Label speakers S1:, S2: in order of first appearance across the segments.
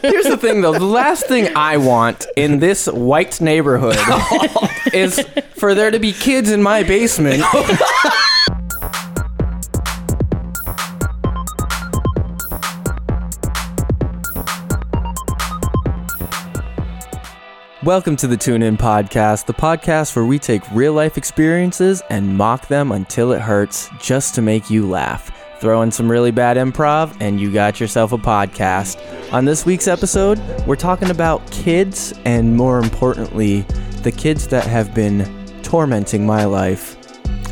S1: Here's the thing, though. The last thing I want in this white neighborhood is for there to be kids in my basement. Welcome to the Tune In Podcast, the podcast where we take real life experiences and mock them until it hurts just to make you laugh. Throw in some really bad improv, and you got yourself a podcast. On this week's episode, we're talking about kids, and more importantly, the kids that have been tormenting my life.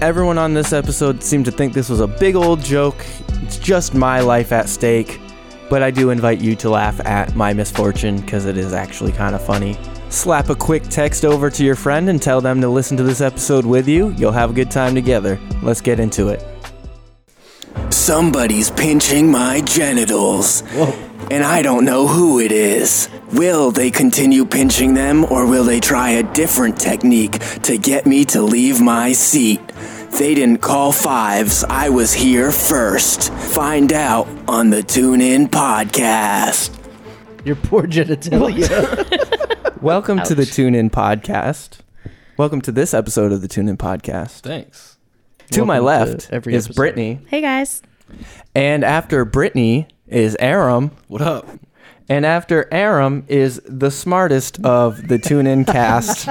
S1: Everyone on this episode seemed to think this was a big old joke. It's just my life at stake. But I do invite you to laugh at my misfortune because it is actually kind of funny. Slap a quick text over to your friend and tell them to listen to this episode with you. You'll have a good time together. Let's get into it.
S2: Somebody's pinching my genitals. And I don't know who it is. Will they continue pinching them or will they try a different technique to get me to leave my seat? They didn't call fives. I was here first. Find out on the Tune In Podcast.
S3: Your poor genitalia.
S1: Welcome to the Tune In Podcast. Welcome to this episode of the Tune In Podcast.
S3: Thanks.
S1: to my
S3: Welcome to
S1: left
S3: every
S1: is
S3: episode.
S1: Brittany.
S4: Hey guys.
S1: And after Brittany is Aram.
S3: What up?
S1: And after Aram is the smartest of the tune in cast,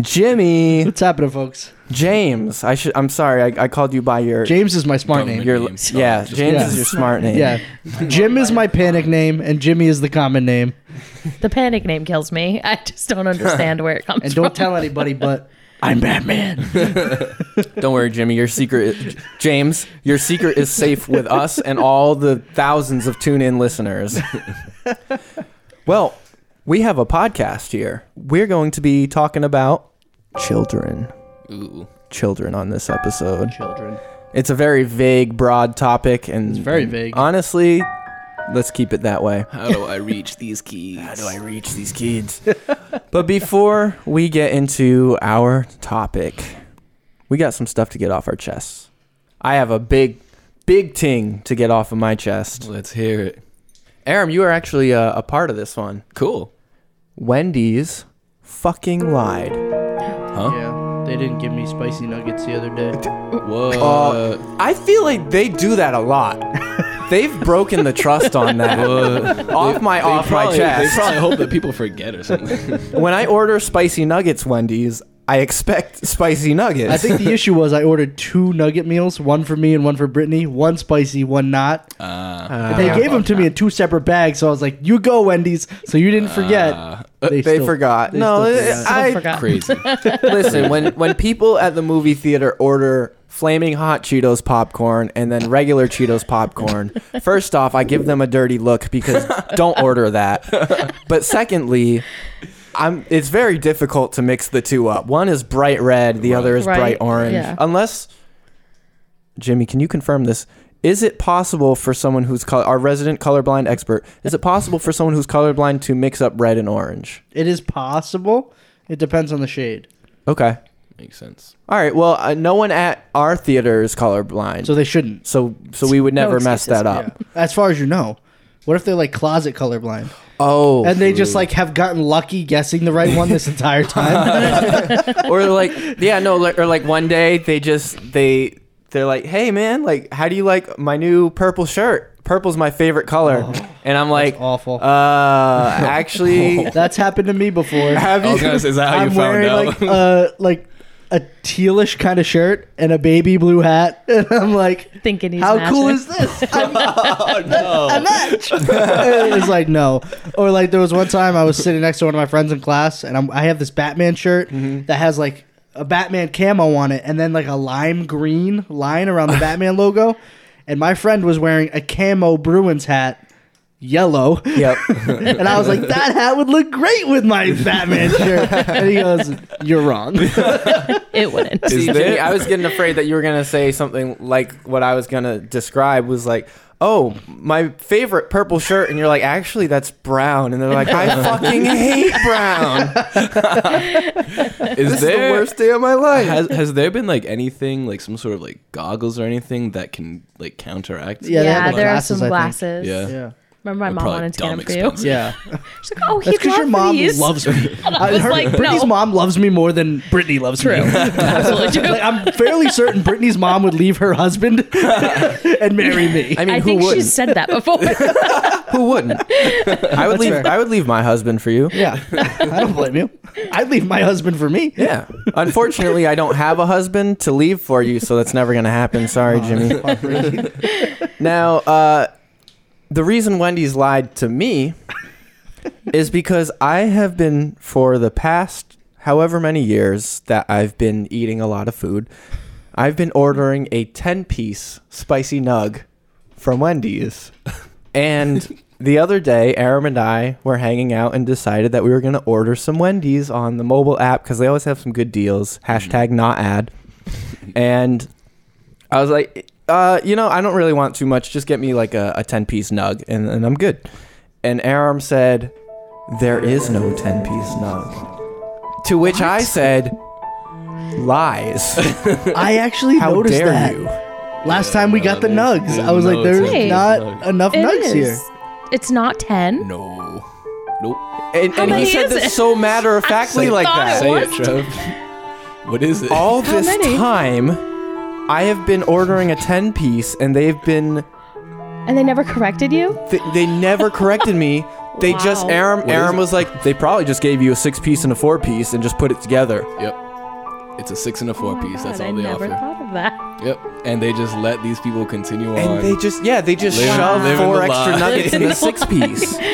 S1: Jimmy
S3: What's happening, folks?
S1: James. I should. I'm sorry. I, I called you by your
S3: James is my smart name.
S1: your yeah. James
S3: Yeah.
S1: is your smart name.
S3: yeah. Jim is my panic name, and Jimmy is the common name.
S4: The panic name kills me. I just don't understand where it comes
S3: And
S4: from.
S3: don't tell anybody, but I'm Batman.
S1: Don't worry, Jimmy. Your secret, is, James. Your secret is safe with us and all the thousands of tune in listeners. well, we have a podcast here. We're going to be talking about children. Ooh. Children on this episode.
S3: Children.
S1: It's a very vague, broad topic, and it's
S3: very vague.
S1: Honestly, let's keep it that way.
S5: How do I reach these keys? How do I
S1: reach these kids? but before we get into our topic, we got some stuff to get off our chests. I have a big, big ting to get off of my chest.
S5: Let's hear it.
S1: Aram, you are actually uh, a part of this one.
S5: Cool.
S1: Wendy's fucking lied.
S3: Yeah. They didn't give me spicy nuggets the other day.
S5: Whoa.
S1: Uh, I feel like they do that a lot. They've broken the trust on that. off my off my
S5: probably,
S1: chest.
S5: They probably hope that people forget or something.
S1: When I order spicy nuggets, Wendy's, I expect spicy nuggets.
S3: I think the issue was I ordered two nugget meals, one for me and one for Brittany, one spicy, one not.
S5: Uh,
S3: they gave them to me in two separate bags, so I was like, "You go, Wendy's." So you didn't forget.
S1: Uh, they
S3: still-
S1: forgot.
S3: they
S1: no,
S3: still
S1: it-
S3: forgot.
S4: I
S1: I
S4: forgot.
S5: crazy.
S1: listen. When when people at the movie theater order flaming hot Cheetos popcorn and then regular Cheetos popcorn, first off, I give them a dirty look because don't order that. But secondly. I'm, it's very difficult to mix the two up. One is bright red, the other is
S4: Right,
S1: bright orange.
S4: yeah.
S1: Unless, Jimmy, can you confirm this? Is it possible for someone who's color, our resident colorblind expert? Is it possible for someone who's colorblind to mix up red and orange?
S3: It is possible. It depends on the shade.
S1: Okay.
S5: Makes sense.
S1: All right. Well, uh, no one at our theater is colorblind,
S3: So
S1: so
S3: they shouldn't.
S1: so, we would never mess
S4: excuses,
S1: that up.
S3: Uh, As far as you know. What if they're like closet colorblind
S1: Oh,
S3: and they just like have gotten lucky guessing the right one this entire time?
S1: or like yeah, no, like, or like one day they just they they're like, hey man, like how do you like my new purple shirt? Purple's my favorite color,
S3: Oh.
S1: and I'm like,
S3: awful.
S1: uh, actually,
S3: That's happened to me before.
S1: have
S5: I was
S1: you?
S5: gonna say, is that how
S3: I'm
S5: you found
S3: wearing
S5: out?
S3: like uh like a tealish kind of shirt and a baby blue hat, and I'm like,
S4: Thinking he's
S3: how cool
S4: matching.
S3: is this? I'm,
S5: Oh,
S3: a match. And it's like no, or like there was one time I was sitting next to one of my friends in class, and I'm, I have this Batman shirt that has like a Batman camo on it, and then like a lime green line around the Batman logo, and my friend was wearing a camo Bruins hat, yellow.
S1: Yep.
S3: And I was like, that hat would look great with my Batman shirt. And he goes, You're wrong.
S4: It wouldn't.
S1: See,
S5: Is
S1: Jimmy,
S5: there-
S1: I was getting afraid that you were gonna say something like what I was gonna describe was like, oh, my favorite purple shirt, and you're like, actually, that's brown, and they're like, I fucking hate brown.
S5: Is
S1: This is the
S5: there
S1: worst day of my life.
S5: has has there been like anything like some sort of like goggles or anything that can like counteract?
S3: Yeah,
S4: Yeah,
S3: they had the
S4: there
S3: glasses,
S4: are
S3: I
S4: some
S3: think.
S4: glasses.
S5: Yeah.
S3: Yeah.
S4: Remember, my mom
S5: probably
S4: wanted to
S5: dumb
S4: get them for you.
S3: Yeah,
S4: She's like, "Oh, he
S3: that's because your mom
S4: these.
S3: loves me.
S4: I was
S3: her,
S4: like,
S3: Brittany's
S4: no.
S3: mom loves me more than Brittany loves
S4: True.
S3: me.
S4: Absolutely true.
S3: Like, I'm fairly certain Brittany's mom would leave her husband and marry me.
S1: I mean,
S4: I
S1: who
S4: think
S1: wouldn't?
S4: she's said that before.
S1: Who wouldn't? I would leave.
S3: fair.
S1: I would leave my husband for you.
S3: yeah, I don't blame you. I'd leave my husband for me.
S1: Yeah. Unfortunately, I don't have a husband to leave for you, so that's never going to happen. Sorry, Jimmy. Now, uh, the reason Wendy's lied to me is because I have been, for the past however many years that I've been eating a lot of food, I've been ordering a 10 piece spicy nug from Wendy's. And the other day, Aram and I were hanging out and decided that we were going to order some Wendy's on the mobile app because they always have some good deals. Hashtag not ad. And I was like, uh, you know, I don't really want too much. Just get me like a, a 10 piece nug and, and I'm good. And Aram said, There is no 10 piece nug. To which I said, Lies.
S3: I actually
S1: How
S3: noticed
S1: dare
S3: that
S1: you?
S3: last time we got the
S5: Yeah, there's-
S3: nugs.
S5: there's
S3: I was like,
S5: nugs.
S3: there's
S4: Hey.
S3: not
S5: Nugs.
S3: enough
S4: It
S3: nugs
S4: is.
S3: here.
S4: It's not ten.
S5: No. Nope.
S1: And, and he
S4: many
S1: said
S4: is
S1: this
S4: it?
S1: so matter of factly
S4: I
S1: like
S4: thought
S1: that.
S5: Say it,
S4: What?
S5: Trev. What is it?
S1: All
S4: How
S1: this
S4: many?
S1: time, I have been ordering a 10 piece and they've been,
S4: And they never corrected you.
S1: th- they never corrected me. They just,
S4: Wow.
S1: Aram,
S5: What is
S1: Aram
S5: it?
S1: was like, they probably just gave you a six piece and a four piece and just put it together.
S5: Yep. It's a six and a
S4: Oh
S5: four
S4: my
S5: piece. That's
S4: God,
S5: all they
S4: I never
S5: offer.
S4: thought of that.
S5: Yep. And they just let these people continue on.
S1: And they just yeah, they just
S5: Living-
S1: shove
S5: living
S1: four
S5: the
S1: extra
S5: lie.
S1: nuggets in the six piece.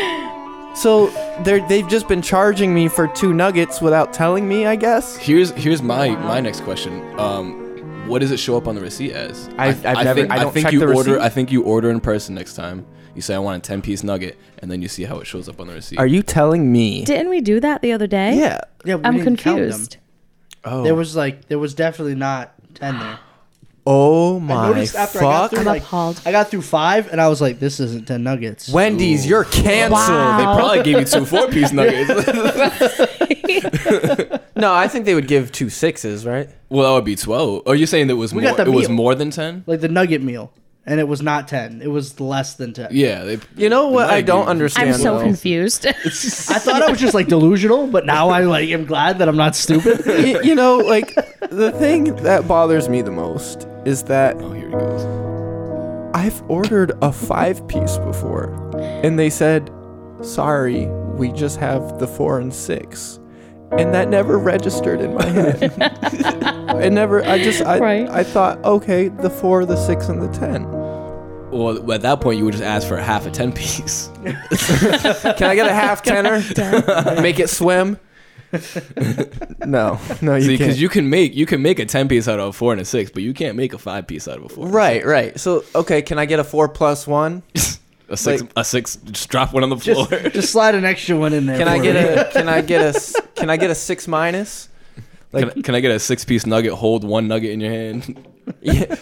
S1: So they're they've just been charging me for two nuggets without telling me, I guess.
S5: here's here's my my next question. Um, what does it show up on the receipt as?
S1: I've- I've never-
S5: think,
S1: I don't
S5: think
S1: check
S5: you
S1: the
S5: order.
S1: receipt.
S5: I think you order in person next time. You say I want a ten piece nugget, and then you see how it shows up on the receipt.
S1: Are you telling me?
S4: Didn't we do that the other day?
S1: Yeah.
S3: Yeah, we
S4: I'm
S3: didn't count them.
S4: confused.
S1: Oh.
S3: There was like there was definitely not ten there.
S1: oh
S3: I
S1: my
S3: noticed after I got
S1: fuck.
S3: through
S4: I'm
S3: like
S4: appalled.
S3: I got through five and I was like, this isn't ten nuggets.
S1: Wendy's, you're canceled.
S4: Wow.
S5: They probably gave you two four piece nuggets.
S1: No, I think they would give two sixes, right?
S5: well, that would be twelve. Oh, you're saying that was
S3: We
S5: more,
S3: got
S5: it
S3: the
S5: was
S3: meal.
S5: more than ten?
S3: Like the nugget meal, and it was not ten. It was less than ten.
S5: Yeah. They,
S1: You know what
S5: might
S1: I don't
S5: be.
S1: understand.
S4: I'm so
S1: though?
S4: confused.
S3: I thought I was just like delusional, but now I like am glad that I'm not stupid.
S1: Y- you know, like the thing that bothers me the most is that
S5: oh, here he goes.
S1: I've ordered a five piece before, and they said, sorry, we just have the four and six. And that never registered in my head. it never, I just, I,
S4: Right.
S1: I thought, okay, the four, the six, and the ten.
S5: Well, at that point, you would just ask for half a ten piece.
S1: Can I get a half tenner? Make it swim? no, no, you can't.
S5: because you can make you can make a ten piece out of a four and a six, but you can't make a five piece out of a four. and a
S1: right, right. So, okay, can I get a four plus one?
S5: A six,
S1: Like-
S5: a six. Just drop one on the floor.
S3: just, just slide an extra one in there.
S1: Can I
S3: for
S1: get
S3: me.
S1: a, can I get a, s- can I get a six minus? Like-
S5: can, I- can I get a six piece nugget? Hold one nugget in your hand.
S1: Yeah,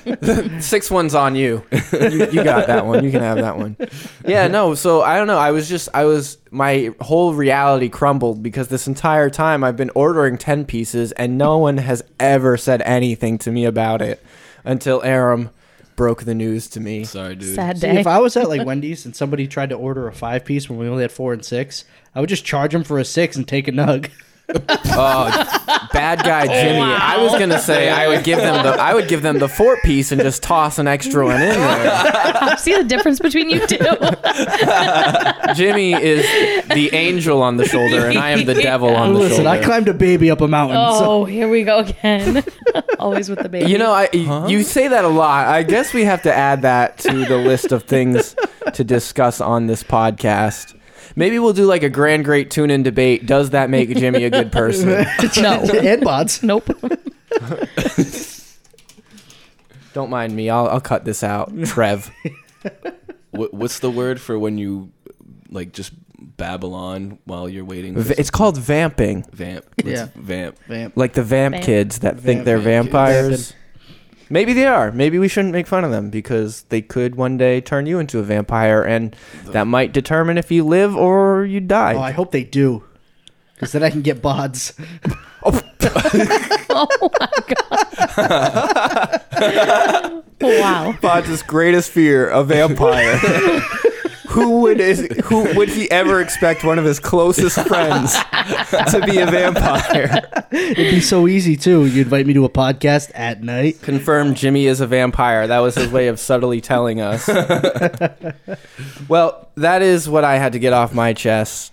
S1: six one's on you. you. You got that one. You can have that one. Yeah, no. So I don't know. I was just, I was, my whole reality crumbled because this entire time I've been ordering 10 pieces and no one has ever said anything to me about it until Aram broke the news to me.
S5: Sorry, dude.
S4: Sad
S3: See,
S4: day.
S3: if I was at like Wendy's and somebody tried to order a five piece when we only had four and six, I would just charge them for a six and take a nug.
S1: Bad guy
S3: Oh,
S1: Jimmy. I was gonna say I would give them the I would give them the four piece and just toss an extra one in there.
S4: See the difference between you two.
S1: Jimmy is the angel on the shoulder and I am the devil on the
S3: Listen,
S1: shoulder.
S3: I climbed a baby up a mountain. So
S4: oh, here we go again. Always with the baby.
S1: You know, I y- you say that a lot. I guess we have to add that to the list of things to discuss on this podcast. Maybe we'll do like a grand great tune in debate. Does that make Jimmy a good person?
S4: no.
S3: and bots.
S4: Nope.
S1: Don't mind me. I'll, I'll cut this out. Trev.
S5: What, what's the word for when you like just babble on while you're waiting?
S1: V-
S5: For
S1: It's called vamping.
S5: vamp.
S3: Yeah.
S5: Yeah, vamp.
S3: Vamp.
S1: Like the vamp,
S4: Vamp.
S1: kids that think
S3: Vamp
S1: they're
S5: kids.
S1: vampires. Maybe they are. Maybe we shouldn't make fun of them because they could one day turn you into a vampire and that might determine if you live or you die.
S3: Oh, I hope they do. Because then I can get bods.
S4: Wow.
S1: Pod's greatest fear, a vampire.
S6: who would is who would he ever expect one of his closest friends to be a vampire?
S3: It'd be so easy too. You invite me to a podcast at night.
S1: Confirmed Jimmy is a vampire. That was his way of subtly telling us. well, that is what I had to get off my chest.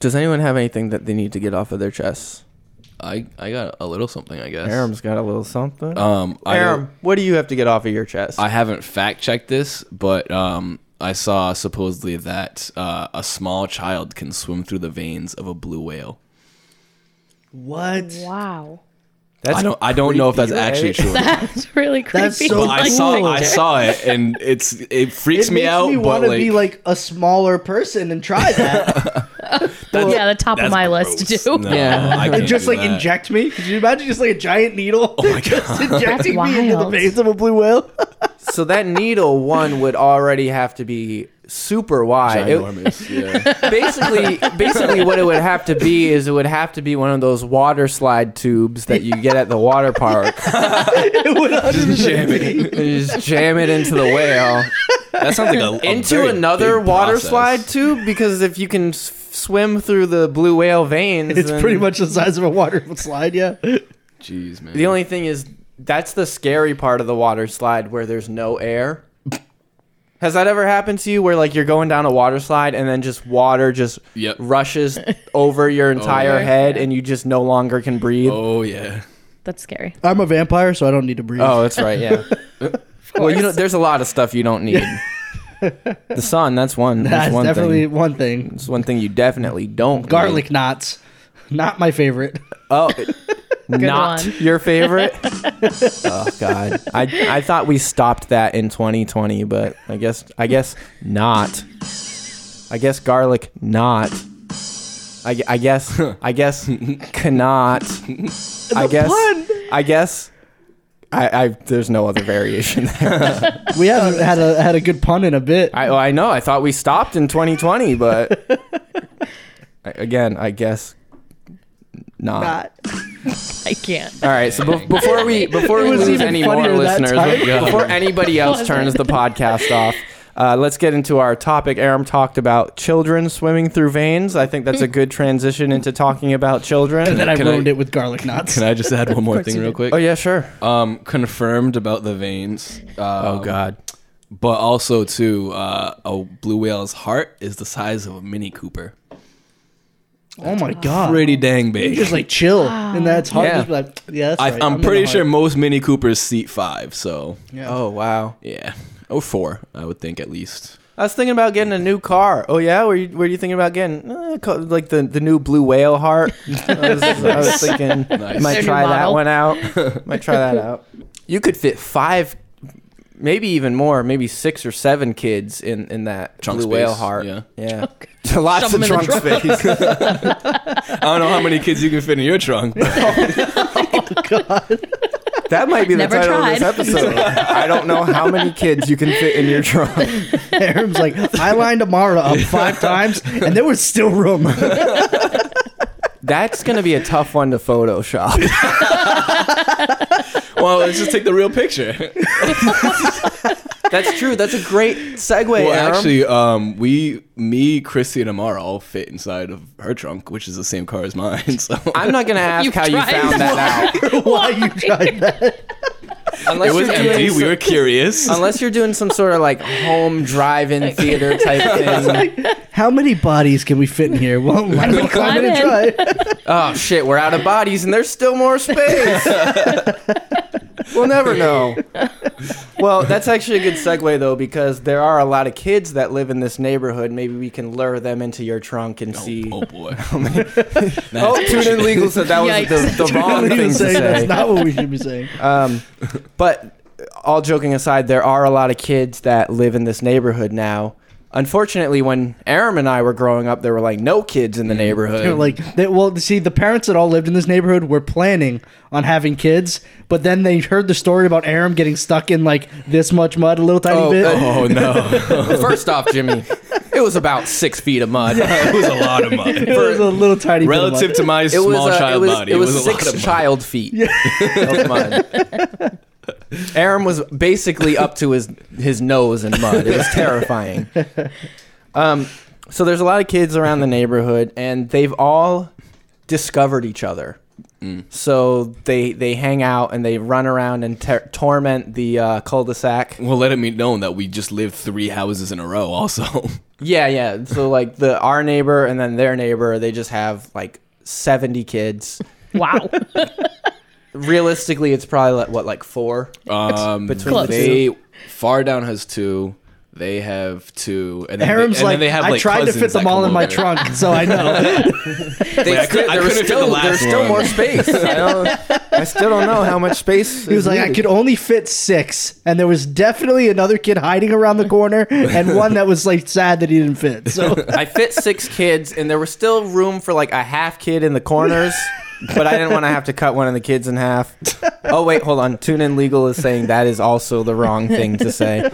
S1: Does anyone have anything that they need to get off of their chests?
S5: I I got a little something, I guess.
S1: Aram's got a little something.
S5: Um, I don't-
S1: Aram, what do you have to get off of your chest?
S5: I haven't fact checked this, but um, I saw supposedly that uh, a small child can swim through the veins of a blue whale.
S3: What?
S4: Wow.
S1: That's
S5: I don't I don't know if that's
S1: creepy,
S5: actually
S1: right?
S5: true.
S4: That's really creepy.
S3: That's so
S5: But I saw I saw it and it's it freaks
S3: It
S5: me
S3: makes
S5: out.
S3: me
S5: but
S3: want to
S5: like,
S3: be like a smaller person and try that,
S4: yeah, the top of
S5: that's
S4: my list to
S5: gross.
S4: do.
S5: No,
S1: Yeah.
S5: I
S3: and
S5: can't
S3: just
S5: do
S3: like
S5: that. Oh
S3: inject me. Could you imagine just like a giant needle just injecting
S4: That's
S3: me into the
S4: wild.
S3: veins of a blue whale?
S1: so that needle one would already have to be super wide. It-
S5: Ginormous, yeah.
S1: basically basically what it would have to be is it would have to be one of those water slide tubes that you get at the water park.
S3: it would 100%
S1: You just jam it into the whale.
S5: That sounds like a, a
S1: into
S5: very
S1: another
S5: big
S1: water
S5: process.
S1: slide tube because if you can s- swim through the blue whale veins,
S3: It's
S1: then-
S3: pretty much the size of a water slide, yeah.
S5: Jeez, man.
S1: The only thing is that's the scary part of the water slide where there's no air. Has that ever happened to you where like you're going down a water slide and then just water just
S5: Yep.
S1: rushes over your entire
S4: yeah.
S1: head and you just no longer can breathe? Oh,
S5: oh yeah.
S4: That's scary.
S3: I'm a vampire, so I don't need to breathe.
S5: Oh,
S1: that's right, yeah. well, you know there's a lot of stuff you don't need. the sun, that's one. That's,
S3: That's
S1: one
S3: definitely
S1: thing.
S3: one thing.
S1: That's one thing you definitely don't. need.
S3: Garlic knots. Not my favorite.
S1: Oh, not
S4: one.
S1: your favorite. oh God, I I thought we stopped that in 2020, but I guess I guess not. I guess garlic not. I, gu- I guess I guess cannot. I guess I guess I, I there's no other variation there.
S3: We haven't had a had a good pun in a bit.
S1: I oh, I know I thought we stopped in 2020, but I- again I guess not.
S5: uh,
S4: I can't.
S1: All right. So bef- before we before we
S3: was
S1: lose
S3: even
S1: any more
S3: funnier that
S1: listeners,
S3: time.
S1: bef- before anybody else turns the podcast off, uh, let's get into our topic. Aram talked about children swimming through veins. I think that's a good transition into talking about
S3: and then
S1: children.
S3: I
S5: Can I-
S3: ruined it with garlic knots.
S5: Can I just add one more
S4: course
S5: thing
S4: you
S5: real
S4: did.
S5: quick?
S1: Oh yeah, sure.
S5: Um confirmed about the veins.
S1: Oh
S5: Um,
S1: God.
S5: But also too, uh, a blue whale's heart is the size of a Mini Cooper.
S3: oh my god.
S5: Pretty dang
S3: You
S5: big.
S3: just like chill, and that's hard.
S1: Yeah.
S3: Just be like, yeah, that's
S5: I,
S3: right.
S5: I'm
S3: in
S5: pretty
S3: the
S5: sure
S3: heart.
S5: most Mini Coopers seat five. So
S3: Yeah.
S1: Oh wow.
S5: yeah, or four, I would think at least.
S1: I was thinking about getting a new car. Oh yeah, were you were you thinking about getting uh, co- like the, the new blue whale heart? I was, I was thinking might
S4: Their new
S1: try that
S4: model.
S1: one out. might try that out. You could fit five, maybe even more, maybe six or seven kids in in that
S5: Trunk
S1: blue
S5: space,
S1: whale heart.
S5: yeah.
S1: yeah, lots
S4: Shove 'em
S1: of
S4: in the
S1: trunk space.
S5: I don't know how many kids you can fit in your trunk. But
S1: that might be the
S4: Never
S1: title of
S4: tried.
S1: this episode. I don't know how many kids you can fit in your trunk.
S3: Aram's like, I lined Amara up five times, and there was still room.
S1: That's gonna be a tough one to Photoshop.
S5: well, let's just take the real picture.
S1: That's true. That's a great segue.
S5: well,
S1: Aram.
S5: actually, um, we, me, Chrissy, and Amara all fit inside of her trunk, which is the same car as mine. So
S1: I'm not gonna ask
S4: You've
S1: how you
S4: tried
S1: found that out.
S3: Why you tried that?
S1: Unless
S5: it was
S1: you're doing
S5: empty. We
S1: some-
S5: were curious.
S1: unless you're doing some sort of like home drive-in theater type thing.
S3: How many bodies can we fit in here? Well, why don't we climb in and
S4: Climb
S3: try?
S1: Oh shit, we're out of bodies and there's still more space. we'll never know. Well, that's actually a good segue though because there are a lot of kids that live in this neighborhood. Maybe we can lure them into your trunk and see.
S5: oh boy.
S1: Oh, Tune In Legal said that was the, the wrong
S3: Even
S1: thing to
S3: saying
S1: say.
S3: That's not what we should be saying.
S1: Um, but all joking aside, there are a lot of kids that live in this neighborhood now. Unfortunately, when Aram and I were growing up, there were like no kids in the neighborhood.
S3: They're like, Mm. they, well, see, the parents that all lived in this neighborhood were planning on having kids, but then they heard the story about Aram getting stuck in like this much mud, a little tiny
S1: Oh,
S3: bit.
S5: Oh no,
S1: First off, Jimmy, it was about six feet of mud.
S5: it was a lot of money.
S3: It was a little tiny bit of mud.
S5: Relative to my
S1: It was,
S5: small
S1: uh,
S5: child
S1: it was,
S5: body,
S1: it was
S5: a lot
S1: six
S5: of money.
S1: child feet of mud. Aram was basically up to his his nose in mud. It was terrifying. Um, so there's a lot of kids around the neighborhood, and they've all discovered each other. So they they hang out and they run around and ter- torment the uh, cul-de-sac.
S5: Well, let it be known that we just lived three houses in a row. Also,
S1: Yeah, yeah. So like the our neighbor and then their neighbor, they just have like 70 kids.
S4: Wow.
S1: Realistically, it's probably like, what like four.
S5: um,
S1: Between
S4: Close. the
S5: they far down has two. They have two, and then,
S3: Aram's
S5: they, and
S3: like,
S5: then they have
S3: I
S5: like
S3: tried to
S5: cousins
S3: fit
S5: that
S3: them all
S5: come
S3: in my
S5: over.
S3: trunk, so I know.
S1: They still-
S5: I could- I
S1: there was
S5: couldn't fit
S1: still-
S5: the last
S1: there's still
S5: one.
S1: more space.
S6: I, don't, I still don't know how much space.
S3: he was like, I could only fit six, and there was definitely another kid hiding around the corner, and one that was like sad that he didn't fit. So
S1: I fit six kids, and there was still room for like a half kid in the corners, but I didn't want to have to cut one of the kids in half. Oh wait, hold on. Tune in legal is saying that is also the wrong thing to say.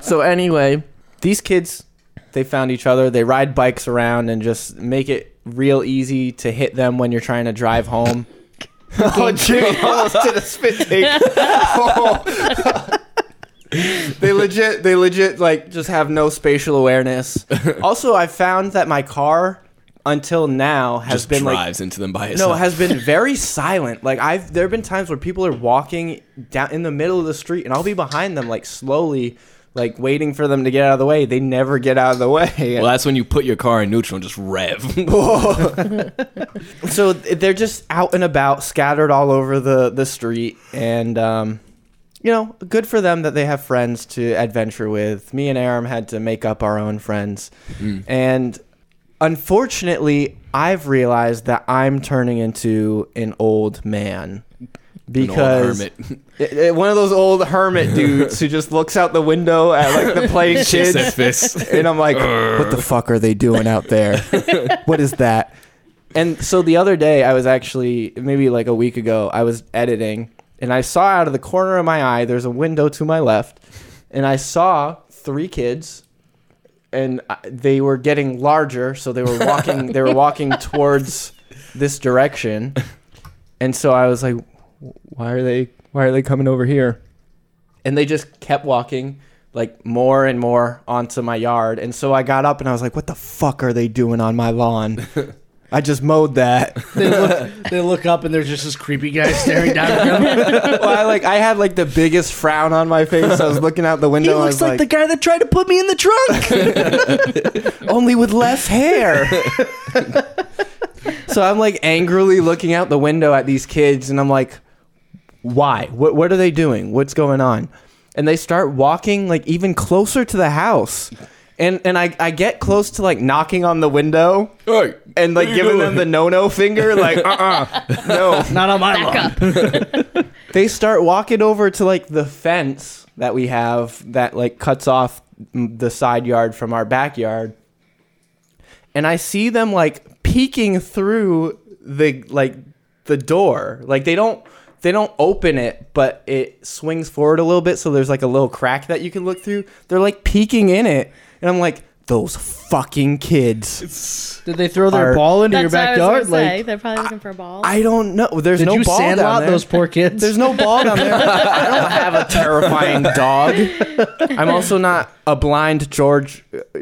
S1: So anyway, these kids they found each other. They ride bikes around and just make it real easy to hit them when you're trying to drive home.
S6: Oh, Jimmy almost did a spit take. Oh. they legit, they legit like.
S1: just have no spatial awareness. also, I found that my car until now has
S5: Just
S1: been like
S5: drives into them by
S1: No,
S5: itself.
S1: it has been very silent. Like I've there have been times where people are walking down in the middle of the street and I'll be behind them like slowly like waiting for them to get out of the way. They never get out of the way.
S5: Well, that's when you put your car in neutral and just rev.
S1: So th- they're just out and about scattered all over the the street and um you know, good for them that they have friends to adventure with. Me and Aram had to make up our own friends.
S5: Hmm.
S1: And unfortunately, I've realized that I'm turning into an old man
S5: An old
S1: because
S5: hermit.
S1: It- it- one of those old hermit dudes who just looks out the window at like the playing
S5: Said
S1: kids,
S5: fist.
S1: and I'm like, what the fuck are they doing out there? what is that? And so the other day, I was actually maybe like a week ago, I was editing, and I saw out of the corner of my eye, there's a window to my left, and I saw three kids. And I- they were getting larger, so they were walking. they were walking towards this direction, and so I was like, why are they why are they coming over here and they just kept walking like more and more onto my yard and so i got up and i was like what the fuck are they doing on my lawn i just mowed that
S3: they look, they look up, and there's just this creepy guy staring down at them.
S1: well, i like i had like the biggest frown on my face i was looking out the
S3: He
S1: window and I
S3: looks
S1: was
S3: like,
S1: like,
S3: the guy that tried to put me in the trunk.
S1: only with less hair so i'm like angrily looking out the window at these kids and i'm like why what, what are they doing what's going on and they start walking like even closer to the house and and i, I get close to like knocking on the window
S5: Hey,
S1: and
S5: what
S1: like
S5: are you
S1: giving
S5: doing?
S1: them the no-no finger like uh-uh no
S3: Not on my lawn.
S4: Back up.
S1: they start walking over to like the fence that we have that like cuts off m- the side yard from our backyard and i see them like peeking through the like the door like they don't they don't open it but it swings forward a little bit so there's like a little crack that you can look through they're like peeking in it and i'm like those fucking kids
S3: Did they throw their
S1: Are-
S3: ball into your
S4: That's what I
S3: backyard?
S4: was gonna say.
S3: Like,
S4: They're probably looking for a ball.
S1: i don't know there's
S3: did
S1: no
S3: you
S1: ball down
S3: sandlot
S1: there.
S3: those poor kids?
S1: There's no ball down there. I don't have a terrifying dog. I'm also not a blind George uh,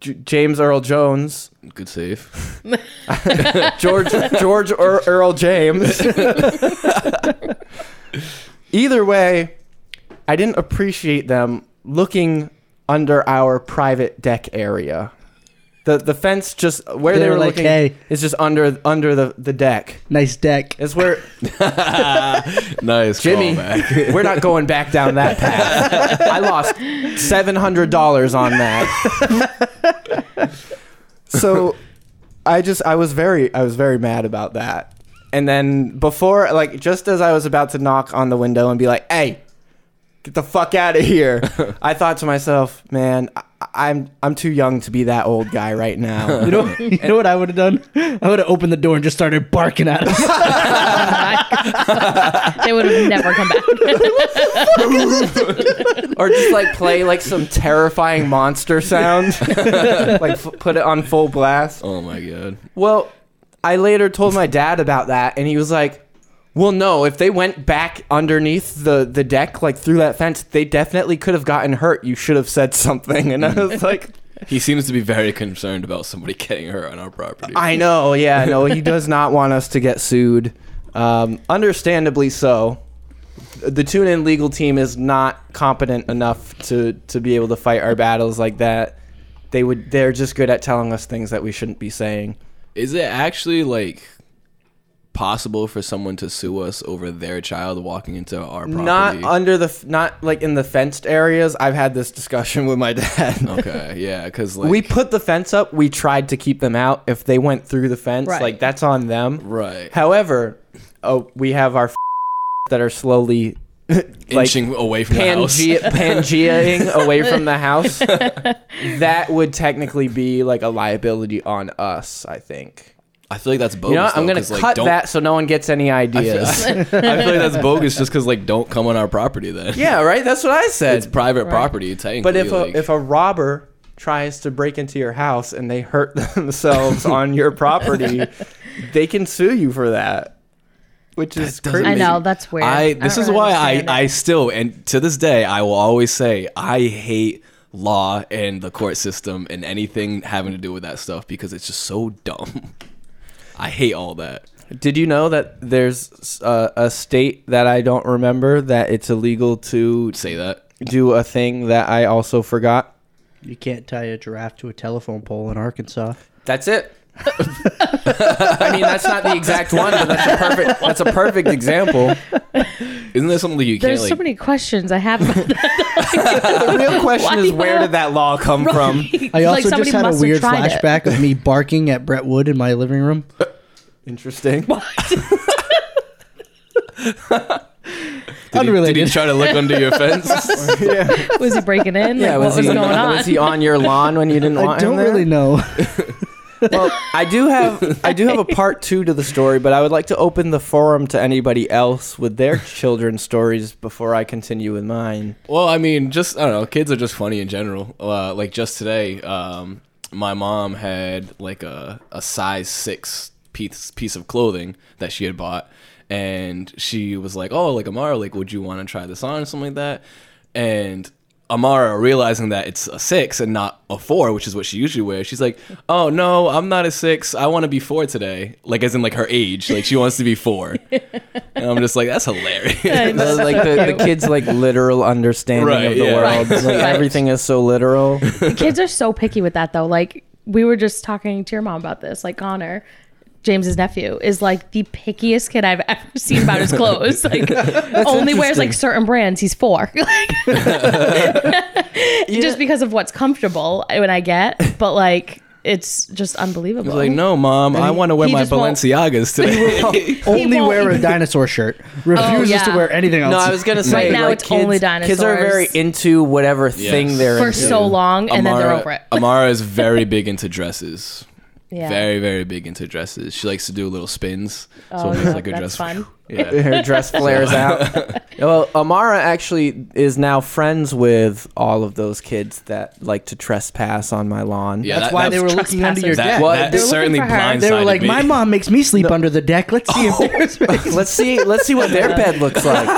S1: J- James Earl Jones.
S5: Good save.
S1: George George Ear- Earl James. Either way, I didn't appreciate them looking under our private deck area. The the fence just where they,
S3: They
S1: were
S3: were like,
S1: looking
S3: "Hey."
S1: is just under under the, the deck.
S3: nice deck.
S1: It's where
S5: Nice,
S1: Jimmy,
S5: callback.
S1: we're not going back down that path. I lost seven hundred dollars on that.
S6: So,
S1: I just I was very I was very mad about that. And then before like just as I was about to knock on the window and be like, "Hey, get the fuck out of here," I thought to myself, "Man, I, I'm I'm too young to be that old guy right now."
S3: You know, you know what I would have done? I would have opened the door and just started barking at us.
S4: they would have never come back.
S1: or just like play like some terrifying monster sound, like f- put it on full blast.
S5: Oh my god.
S1: Well, I later told my dad about that, and he was like, Well, no. If they went back underneath the the deck, like through that fence, they definitely could have gotten hurt. You should have said something. And I was like,
S5: He seems to be very concerned about somebody getting hurt on our property.
S1: I know. Yeah, no. He does not want us to get sued. Um, understandably so. The tune in legal team is not competent enough to to be able to fight our battles like that. They would. They're just good at telling us things that we shouldn't be saying.
S5: Is it actually like possible for someone to sue us over their child walking into our property?
S1: Not under the. f- Not like in the fenced areas. I've had this discussion with my dad.
S5: okay, yeah, because like
S1: we put the fence up. We tried to keep them out. If they went through the fence,
S4: Right.
S1: like that's on them.
S5: Right.
S1: However, oh, we have our that are slowly like
S5: inching away from the
S1: pangea-
S5: house.
S1: pangeaing away from the house. that would technically be like a liability on us. I think.
S5: I feel like that's bogus.
S1: You know, what? I'm
S5: though,
S1: gonna
S5: 'cause, like,
S1: cut
S5: don't-
S1: that so no one gets any ideas.
S5: I feel like that's bogus just because like don't come on our property then.
S1: yeah, right. That's what I said.
S5: it's private property technically.
S1: But if
S5: like,
S1: a, if a robber tries to break into your house and they hurt themselves on your property, they can sue you for that. Which is crazy.
S4: I know that's weird.
S5: I
S4: don't
S5: this is
S4: really
S5: why I
S4: understand
S5: I
S4: it.
S5: still and to this day I will always say I hate law and the court system and anything having to do with that stuff because it's just so dumb. I hate all that.
S1: Did you know that there's uh, a state that I don't remember that it's illegal to
S5: Say that.
S1: do a thing that I also forgot?
S3: You can't tie a giraffe to a telephone pole in Arkansas.
S1: That's it. I mean, that's not the exact one, but that's a perfect that's a perfect example.
S5: Isn't there something that you
S4: There's
S5: can't
S4: so
S5: like?
S4: many questions I have. About that.
S1: The real question is where did that law come from?
S3: I
S4: Like,
S3: also
S4: somebody
S3: just had a
S4: must have
S3: weird
S4: tried it.
S3: flashback of me barking at Brett Wood in my living room.
S1: Interesting.
S5: did, he, did he
S3: Unrelated.
S5: try to look under your fence?
S4: Was he breaking in?
S1: Yeah,
S4: like,
S1: was,
S4: what was
S1: he,
S4: going on?
S1: was he on your lawn when you didn't want
S3: I don't
S1: him there?
S3: really know.
S1: Well, I do have I do have a part two to the story, but I would like to open the forum to anybody else with their children's stories before I continue with mine.
S5: well, I mean, just I don't know. Kids are just funny in general. Uh, like just today, um, my mom had like a a size six piece piece of clothing that she had bought, and she was like, "Oh, like Amara, like would you want to try this on or something like that?" And Amara, realizing that it's a six and not a four, which is what she usually wears, she's like, "Oh no, I'm not a six. I want to be four today." Like as in like her age, like she wants to be four. and I'm just like, "That's hilarious."
S1: Uh, like the, the kids like literal understanding of
S5: Right,
S1: the
S5: yeah.
S1: world.
S5: Right.
S1: Like
S4: Right.
S1: everything is so literal.
S4: Kids are so picky with that though. Like we were just talking to your mom about this. Like Connor, James's nephew, is like the pickiest kid I've ever seen about his clothes. Like only wears like certain brands. He's four. Like, Just because of what's comfortable uh, when I get, but like it's just unbelievable.
S5: Like, no, mom, I want to wear
S4: he
S5: my
S4: just won't-
S5: Balenciagas today.
S3: Only
S4: won't
S3: wear a
S4: even-
S3: dinosaur shirt. Refuses
S4: yeah.
S3: to wear anything else.
S1: No, I was gonna say
S4: Right now
S1: like,
S4: it's
S1: kids,
S4: only
S1: Kids are very
S4: dinosaurs.
S1: into whatever thing they're
S4: for
S1: into.
S4: so long, and then they're over it.
S5: Amara is very big into dresses.
S4: Yeah.
S5: Very, very big into dresses. She likes to do little spins.
S4: Oh,
S5: so
S4: yeah,
S5: like a
S4: that's
S5: dress.
S4: fun.
S5: Yeah.
S1: her dress flares out. Well, Amara actually is now friends with all of those kids that like to trespass on my lawn.
S5: Yeah,
S3: That's
S5: that-
S3: why
S5: that-
S3: they were looking under your
S5: That,
S3: deck.
S5: that
S1: Well, they're looking
S5: certainly
S4: for her.
S5: blindsided
S3: They were like,
S5: me.
S3: my mom makes me sleep under the deck. Let's see if there's
S1: Let's see. Let's see what their bed looks like.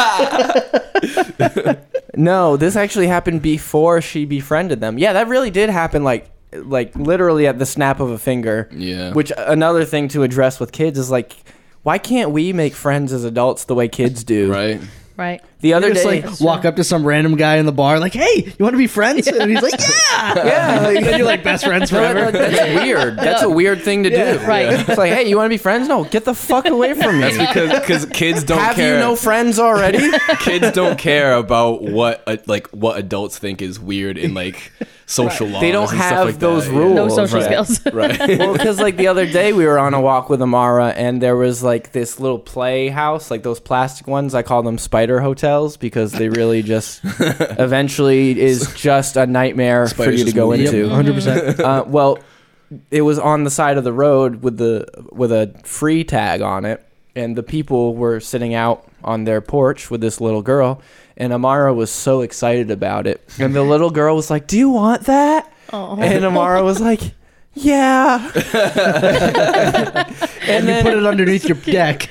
S1: no, this actually happened before she befriended them. Yeah, that really did happen. Like, like literally at the snap of a finger.
S5: Yeah.
S1: Which uh, another thing to address with kids is like, why can't we make friends as adults the way kids do?
S5: Right?
S4: Right.
S1: The other
S3: just
S1: day,
S3: like walk up to some random guy in the bar, like, "Hey, you want to be friends?" And he's like, "Yeah."
S1: yeah, like,
S3: And then you're like best friends forever.
S1: that's weird. That's a weird thing to do.
S4: Right.
S1: It's like, hey, you want to be friends? No, get the fuck away from me.
S5: Because because kids don't
S1: Have
S5: care.
S1: you no friends already?
S5: kids don't care about what uh, like what adults think is weird in like social laws.
S1: They don't
S5: and stuff
S1: have
S5: like
S1: those
S5: that.
S1: rules.
S4: No social
S1: Right.
S4: skills.
S5: Right.
S1: well, because like the other day we were on a walk with Amara, and there was like this little playhouse, like those plastic ones. I call them spider hotels because they really just eventually is just a nightmare for
S5: Spiders
S1: you to
S5: just
S1: go
S5: move. Yep.
S1: into.
S3: 100%.
S1: Uh, well, it was on the side of the road with the with a free tag on it, and the people were sitting out on their porch with this little girl, and Amara was so excited about it, and the little girl was like, "Do you want that?" And Amara was like, yeah. and
S3: You
S1: then
S3: put it underneath your deck.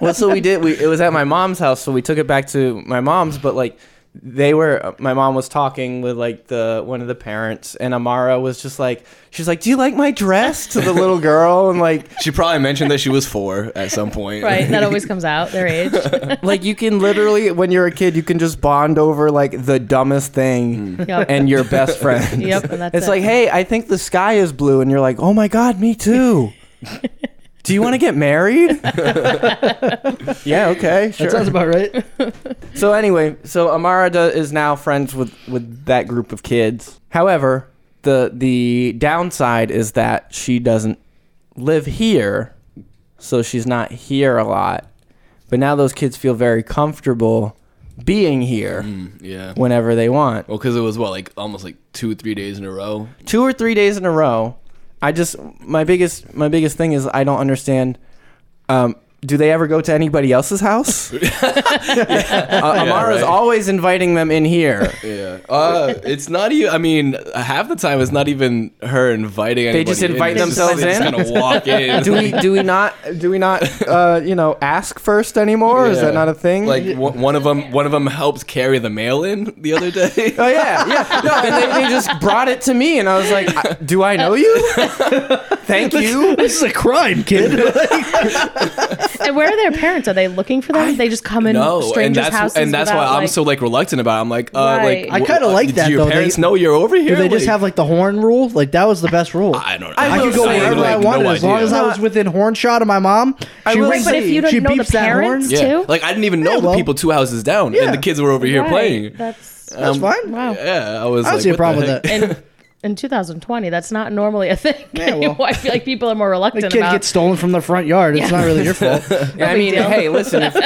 S1: well, so we did. We it was at my mom's house, so we took it back to my mom's. But like, they were. My mom was talking with like the one of the parents, and Amara was just like, she's like, "Do you like my dress?" to the little girl, and like,
S5: She probably mentioned that she was four at some point.
S4: Right, that always comes out their age.
S1: like you can literally when you're a kid, you can just bond over like the dumbest
S3: Mm.
S1: thing,
S4: Yep.
S1: and your best friend.
S4: Yep, and that's
S1: it's
S4: it.
S1: like, hey, I think the sky is blue, and you're like, oh my god, me too. Do you want to get married? yeah, okay, sure.
S3: That sounds about right.
S1: So anyway, so Amara do- is now friends with with that group of kids. However, the the downside is that she doesn't live here, so she's not here a lot. But now those kids feel very comfortable being here
S5: Mm. Yeah. Well,
S1: whenever they want.
S5: because it was what like almost like two or three days in a row.
S1: Two or three days in a row. I just my biggest my biggest thing is I don't understand um do they ever go to anybody else's house? Uh, Amara's
S5: right.
S1: always inviting them in here.
S5: Yeah. Uh, it's not even. I mean, half the time it's not even her inviting.
S1: They just
S5: anybody
S1: invite
S5: It's just-
S1: themselves
S5: they just
S1: in?
S5: kinda walk in.
S1: do we do we not do we not uh, you know ask first anymore? Is
S5: Yeah.
S1: that not a thing?
S5: Like one- one of them, one of them helped carry the mail in the other day.
S1: oh yeah, yeah. No, and they, they just brought it to me, and I was like, I- do I know you? Thank you.
S3: This is a crime, kid.
S4: and where are their parents? Are they looking for them? they just come in
S5: no, and
S4: strangers'
S5: that's
S4: houses.
S5: and that's why
S4: without,
S5: I'm
S4: like-
S5: so like reluctant about. It. I'm like, uh,
S4: Right.
S5: like
S4: I
S5: wh-
S3: kinda
S5: uh,
S3: like that,
S5: Do your
S3: though. They-
S5: parents know you're over here?
S3: Do they just
S5: Like-
S3: have like the horn rule? Like that was the best rule.
S5: I don't know.
S1: I
S3: I
S1: will
S3: could go
S1: say,
S3: wherever I
S1: like,
S3: wanted as long as I
S1: Not-
S3: was within horn shot of my mom. She
S1: will
S3: rings
S1: say-
S4: But if you
S3: she
S4: don't know the
S3: beeps that horn.
S4: parents
S5: Yeah,
S4: too,
S5: like I didn't even know
S3: Yeah, well-
S5: the people two houses down,
S3: Yeah.
S5: and the kids were over here
S4: Right,
S5: playing.
S4: That's
S3: That's fine.
S4: wow.
S5: yeah, I was.
S3: I don't
S5: like,
S3: see a
S5: what the
S3: problem with
S5: heck?
S3: that.
S4: in in 2020, that's not normally a thing.
S3: Yeah, well.
S4: I feel like people are more
S3: The
S4: reluctant
S3: kid
S4: about.
S3: gets stolen from the front yard. It's not really your fault.
S1: I mean,
S4: deal.
S1: hey, listen. If,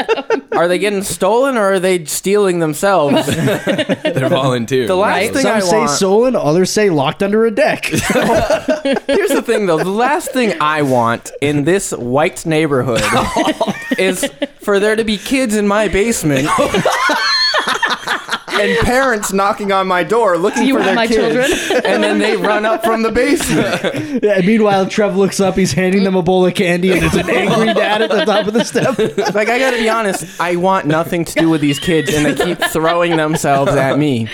S1: are they getting stolen or are they stealing themselves? The
S5: They're volunteers.
S1: last
S4: Right.
S1: thing
S3: Some
S1: I
S3: say
S1: want.
S3: stolen, others say locked under a deck.
S1: Here's the thing, though. The last thing I want in this white neighborhood is for there to be kids in my basement and parents knocking on my door looking
S4: You
S1: for
S4: want
S1: their
S4: my
S1: kids,
S4: children?
S1: and then they run up from the basement.
S3: Yeah, and meanwhile, Trev looks up. He's handing them a bowl of candy, and it's an angry dad at the top of the step.
S1: Like I gotta be honest, I want nothing to do with these kids, and they keep throwing themselves at me.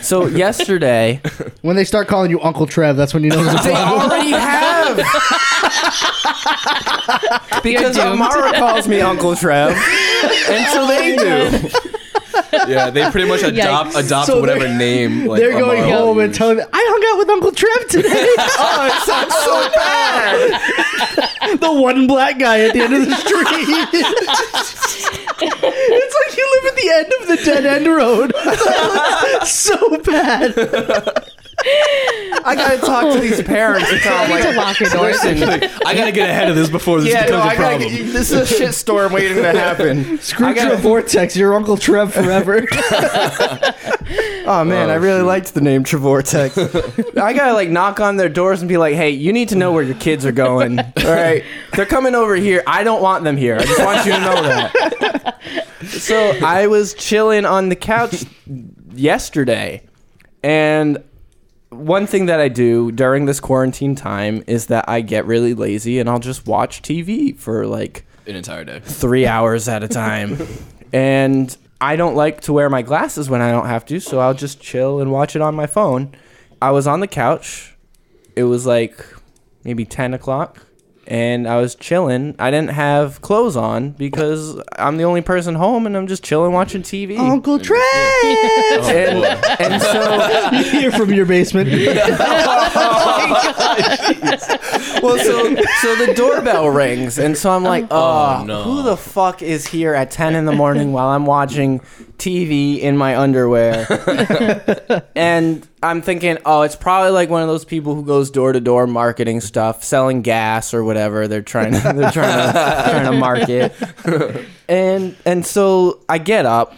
S1: So yesterday,
S3: When they start calling you Uncle Trev, that's when you know there's a
S1: They
S3: problem.
S1: already have. because Amara calls me Uncle Trev, and so they do.
S5: yeah, they pretty much adopt
S4: Yikes.
S5: adopt
S3: So
S5: whatever
S3: they're-
S5: name. Like,
S3: They're going
S5: Amara
S3: home and
S5: used.
S3: telling me, I hung out with Uncle Trev today.
S1: Oh, it sounds so bad.
S3: the one black guy at the end of the street. it's like you live at the end of the dead end road. so bad.
S1: I gotta talk to these parents and
S3: Oh
S1: tell them,
S4: I need to
S1: like,
S4: lock your doors.
S1: listen.
S5: I gotta get ahead of this before this
S1: Yeah, no,
S5: becomes
S1: I
S5: a problem.
S1: gotta, this is a shitstorm waiting to happen.
S3: Screw
S1: gotta-
S3: Trev Vortex. You're Uncle Trev forever.
S1: Oh man,
S5: Oh,
S1: I really
S5: shoot.
S1: liked the name Trevortex. I gotta like knock on their doors and be like, "Hey, you need to know where your kids are going. All right, they're coming over here. I don't want them here. I just want you to know that." so I was chilling on the couch yesterday, and one thing that I do during this quarantine time is that I get really lazy and I'll just watch TV for like
S5: An entire day.
S1: three hours at a time. and I don't like to wear my glasses when I don't have to, so I'll just chill and watch it on my phone. I was on the couch. It was like maybe 10 o'clock, and I was chilling. I didn't have clothes on because I'm the only person home and I'm just chilling watching TV.
S3: Uncle Trev.
S1: and, and so,
S3: Here from your basement.
S1: well, so, so the doorbell rings, and so I'm like, oh,
S5: no.
S1: who the fuck is here at 10 in the morning while I'm watching TV in my underwear? and I'm thinking, oh, it's probably like one of those people who goes door to door marketing stuff, selling gas or whatever they're trying to they're trying to trying to market. and and so I get up.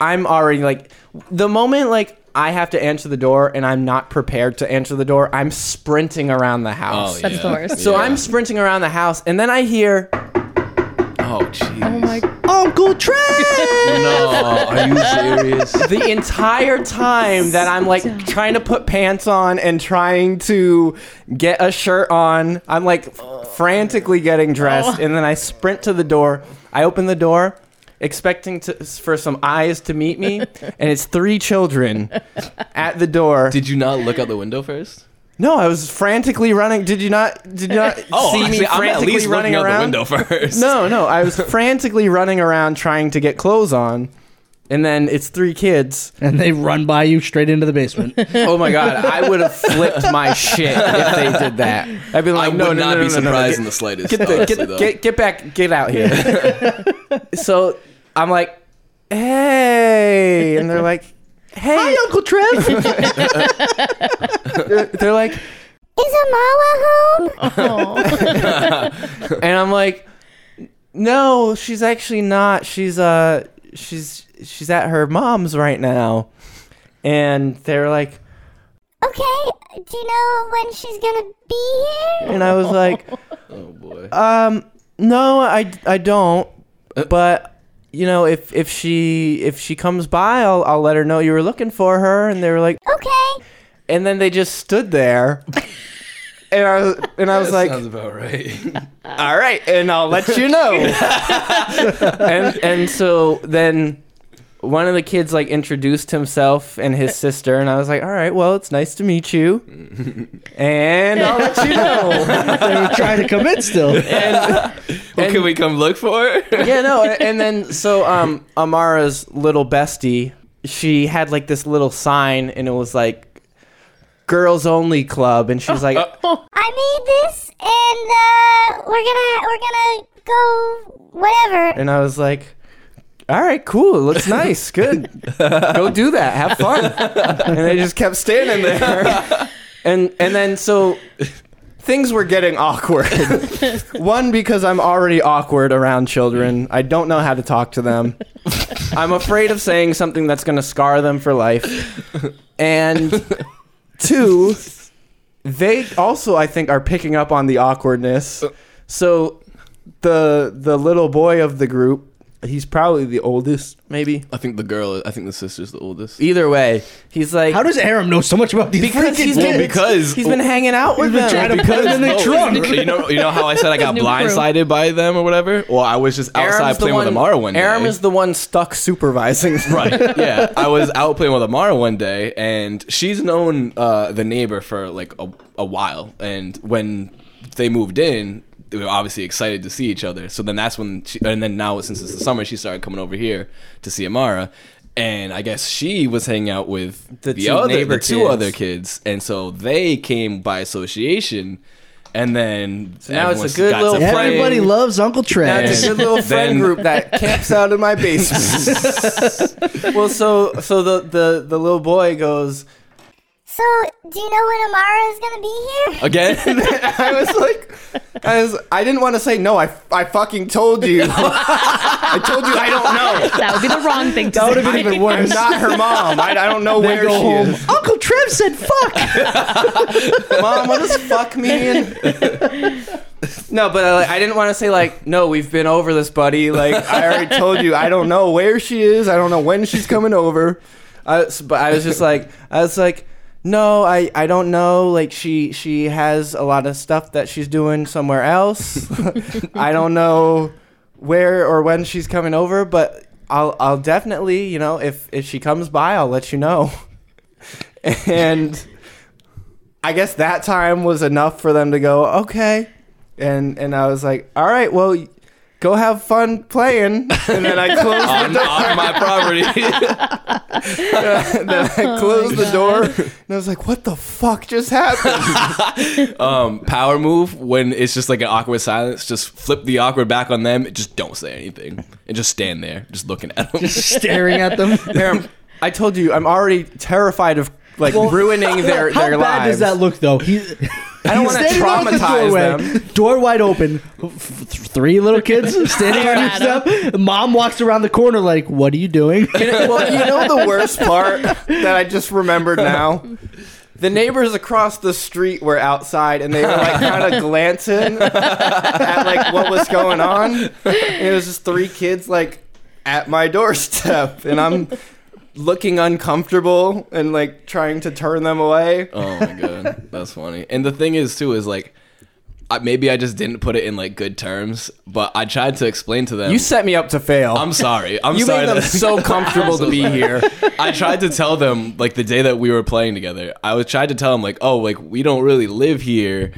S1: I'm already like the moment like I have to answer the door and I'm not prepared to answer the door. I'm sprinting around the house.
S5: Oh, yeah.
S4: That's the worst.
S1: So
S5: Yeah.
S1: I'm sprinting around the house and then I hear
S5: Oh jeez.
S4: Oh my!
S3: Uncle Uncle Trey.
S5: No, are you serious?
S1: the entire time that I'm like trying to put pants on and trying to get a shirt on, I'm like frantically getting dressed, and then I sprint to the door. I open the door, expecting to, for some eyes to meet me, and it's three children at the door.
S5: Did you not look out the window first?
S1: no, I was frantically running. Did you not? Did you not
S5: Oh,
S1: see me frantically running
S5: out
S1: around?
S5: the window first.
S1: No, no. I was frantically running around trying to get clothes on. And then it's three kids.
S3: And they run by you straight into the basement.
S1: Oh my god, I would have flipped my shit if they did that. I'd be
S5: I
S1: like,
S5: would
S1: no, no,
S5: not
S1: no,
S5: be
S1: no, no, no.
S5: surprised
S1: Get-
S5: in the slightest.
S1: Get, the,
S5: honestly,
S1: get,
S5: though.
S1: get, get back, get out here. so I'm like, hey, and they're like, hey,
S3: Hi, Uncle Trev.
S1: they're like,
S4: "Oh,
S1: and I'm like, no, she's actually not. She's uh, she's she's at her mom's right now, and they're like,
S7: Okay, do you know when she's gonna be here?
S1: and I was like,
S5: oh boy. Uh.
S1: Um, no, I, I don't. But you know, if if she if she comes by, I'll I'll let her know you were looking for her. And they were like,
S7: Okay.
S1: and then they just stood there. And I was, and I was like,
S5: Sounds about right.
S1: all right, and I'll let you know. and and so then one of the kids like introduced himself and his sister, and I was like, all right, well, it's nice to meet you, and I'll let you know.
S3: they were trying to come in still.
S5: well, can we come look for her?
S1: yeah, no, and, and then so um Amara's little bestie, she had like this little sign and it was like girls only club and she's like
S7: I made this and uh we're gonna we're gonna go whatever.
S1: and I was like all right, cool. It looks nice. Good. Go do that. Have fun. And they just kept standing there. And and then so things were getting awkward. One because I'm already awkward around children. I don't know how to talk to them. I'm afraid of saying something that's going to scar them for life. And two, they also I think are picking up on the awkwardness. So the the little boy of the group, he's probably the oldest, maybe.
S5: I think the girl. I think the sister's the oldest.
S1: Either way, he's like
S3: How does Aram know so much about these
S1: because
S3: freaking
S1: he's
S3: kids?
S1: been,
S5: because-
S1: he's been hanging out with
S3: been
S1: them.
S3: trying to put them in the trunk.
S5: you know, you know how I said I got
S4: New crew.
S5: blindsided by them or whatever. Well, I was just outside
S1: Aram's the
S5: playing with Amara one day.
S1: Aram is the one stuck supervising.
S5: right. Yeah, I was out playing with Amara one day, and she's known uh, the neighbor for like a, a while. And when they moved in, they were obviously excited to see each other. So then that's when, she, and then now since it's the summer, she started coming over here to see Amara. And I guess she was hanging out with
S1: The
S5: the,
S1: two
S5: other,
S1: neighbor
S5: the two
S1: kids.
S5: other kids, and so they came by association. And then
S1: now it's
S5: everyone's
S1: a good
S5: got
S1: little
S5: to play.
S3: Everybody
S1: Right.
S3: loves Uncle
S1: Now
S3: Trey.
S1: it's a good little friend
S5: Then-
S1: group that camps out in my basement. well, so so the, the the little boy goes.
S7: So do you know when Amara is gonna be here?
S5: again.
S1: I was like, I was I didn't want to say no. I I fucking told you. I told you I don't know.
S4: That would be the wrong thing to say.
S3: would've been even
S1: I'm not her mom. I, I don't know where
S3: go
S1: she
S3: home.
S1: is.
S3: Uncle Trev said, "Fuck."
S1: Mom, what does fuck mean? no, but I, like, I didn't want to say like, no, we've been over this, buddy. Like I already told you, I don't know where she is. I don't know when she's coming over. I, was- but I was just like, I was like, no, I, I don't know. Like she she has a lot of stuff that she's doing somewhere else. I don't know where or when she's coming over, but I'll I'll definitely you know if if she comes by, I'll let you know. and. I guess that time was enough for them to go, okay. And and I was like, all right, well, y- go have fun playing. And then I closed,
S5: on, on my property.
S1: then I closed the door. And I was like, what the fuck just happened?
S5: um, power move when it's just like an awkward silence. Just flip the awkward back on them. Just don't say anything and just stand there, just looking at them.
S3: Staring at them.
S1: Aaron, I told you, I'm already terrified of like ruining their,
S3: How
S1: their
S3: bad
S1: lives.
S3: does that look, though? He,
S1: I don't
S3: he's
S1: want to
S3: standing out the
S1: traumatize
S3: doorway,
S1: them.
S3: Door wide open. f- th- Three little kids standing on your step. Mom walks around the corner like, "What are you doing?"
S1: well, you know the worst part that I just remembered now? The neighbors across the street were outside and they were like kind of glancing at like what was going on. And it was just three kids like at my doorstep, and I'm looking uncomfortable and like trying to turn them away.
S5: Oh my god, that's funny. And the thing is too is like, I, maybe I just didn't put it in like good terms, but I tried to explain to them.
S1: You set me up to fail.
S5: I'm sorry. I'm
S1: you
S5: sorry.
S1: made them
S5: that-
S1: so comfortable to be here.
S5: I tried to tell them like the day that we were playing together. I was tried to tell them like, oh, like we don't really live here,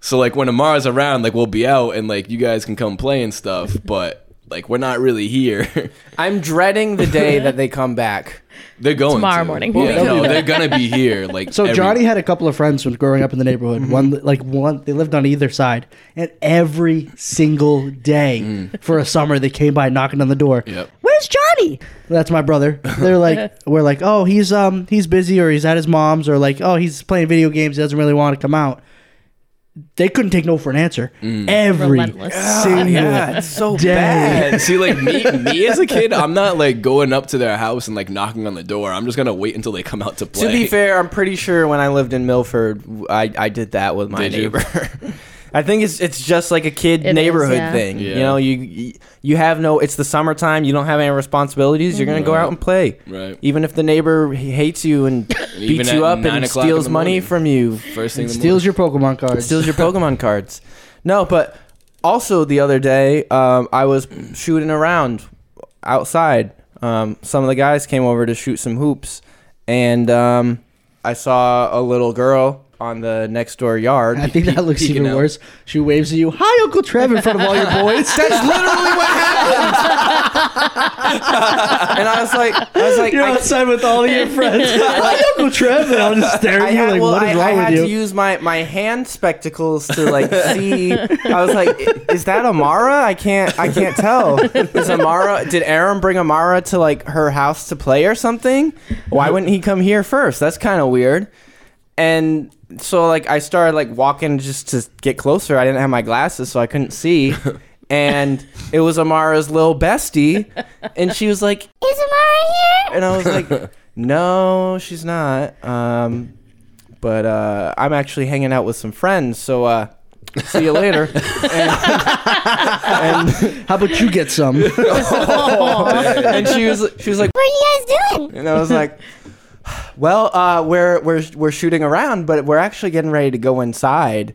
S5: so like when Amara's around, like we'll be out and like you guys can come play and stuff, but like we're not really here.
S1: I'm dreading the day that they come back.
S5: they're going
S4: Tomorrow
S5: to.
S4: morning.
S5: Yeah,
S4: Well,
S5: no, they're gonna be here. Like
S3: So
S5: every-
S3: Johnny had a couple of friends when growing up in the neighborhood.
S1: Mm-hmm.
S3: One like one they lived on either side, and every single day
S1: Mm.
S3: for a summer they came by knocking on the door.
S5: Yep.
S3: Where's Johnny? That's my brother. They're like we're like, "Oh, he's um he's busy or he's at his mom's or like, "Oh, he's playing video games, he doesn't really want to come out." They couldn't take no for an answer.
S1: Mm.
S3: Every
S4: Relentless.
S3: single
S1: Oh, it's so
S3: day.
S5: And see, like me, me as a kid, I'm not like going up to their house and like knocking on the door. I'm just gonna wait until they come out to play.
S1: To be fair, I'm pretty sure when I lived in Milford, I, I did that with my
S5: Did you?
S1: neighbor. I think it's it's just like a kid
S4: It is,
S1: neighborhood
S4: yeah.
S1: thing.
S5: Yeah.
S1: You know, you you have no. It's the summertime. You don't have any responsibilities. You're gonna go out and play,
S5: Mm-hmm. Right.
S1: Even if the neighbor h- hates you and,
S5: even
S1: beats you
S5: at
S1: up
S5: nine
S1: and
S5: o'clock in
S1: steals
S5: the
S1: money
S5: morning.
S1: from you,
S5: first thing in the
S3: Steals your Pokemon cards.
S1: steals your Pokemon cards. No, but also the other day, um, I was shooting around outside. Um, some of the guys came over to shoot some hoops, and um, I saw a little girl on the next door yard.
S3: I think that looks
S5: peeking
S3: even
S5: out.
S3: worse. She waves at you, "Hi, Uncle Trev!" in front of all your boys.
S1: That's literally what happened. and I was like, I was like,
S3: You're
S1: I-
S3: outside with all of your friends. Hi, Uncle Trev. And I'm just staring
S1: I
S3: at you
S1: had,
S3: like,
S1: well,
S3: what is
S1: I, I
S3: wrong
S1: had
S3: with you?
S1: to use my, my hand spectacles to like see. I was like, "I- is that Amara? I can't I can't tell. Is Amara? Did Aaron bring Amara to like her house to play or something? Why wouldn't he come here first? That's kind of weird. And so like I started like walking just to get closer. I didn't have my glasses, so I couldn't see. And it was Amara's little bestie, and she was like,
S7: Is Amara here?
S1: and I was like, "No, she's not." Um, but uh, I'm actually hanging out with some friends, so uh, see you later.
S3: How about you get some?
S1: and she was she was like,
S7: What are you guys doing?
S1: and I was like, "Well, uh, we're we're we're shooting around, but we're actually getting ready to go inside."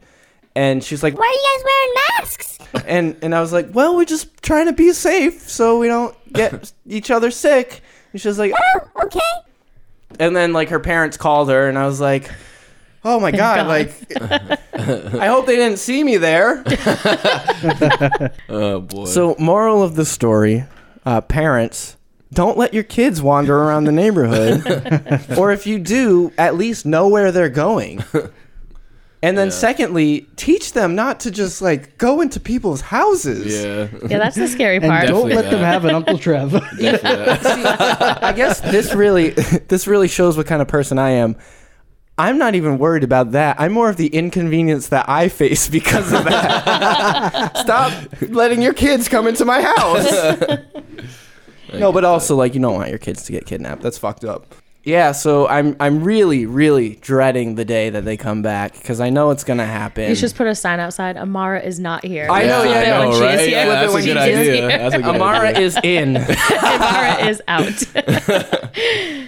S1: And she's like,
S7: Why are you guys wearing masks?
S1: and and I was like, "Well, we're just trying to be safe so we don't get each other sick." And she was like,
S7: Oh, okay.
S1: and then like her parents called her and i was like oh my god, like i hope they didn't see me there
S5: oh boy.
S1: so moral of the story uh, parents don't let your kids wander around the neighborhood or if you do at least know where they're going and then secondly teach them not to just like go into people's houses
S5: yeah.
S4: Yeah, that's the scary
S3: And
S4: part.
S3: don't
S5: Definitely
S3: let them
S5: not.
S3: have an Uncle Trev.
S1: See, I guess this really this really shows what kind of person I am. I'm not even worried about that. I'm more of the inconvenience that I face because of that. Stop letting your kids come into my house. no, but also like you don't want your kids to get kidnapped. That's fucked up. Yeah, so I'm I'm really really dreading the day that they come back because I know it's gonna happen.
S4: You should just put a sign outside. Amara is not here.
S1: I know,
S4: Flip
S1: Oh, yeah,
S4: it
S1: I know,
S4: when she
S5: right?
S4: is here.
S5: Yeah,
S4: Flip it
S5: that's a
S4: when
S5: good
S4: she is
S5: idea.
S4: here.
S5: That's a good
S1: Amara
S5: idea.
S1: is in.
S4: Amara is out.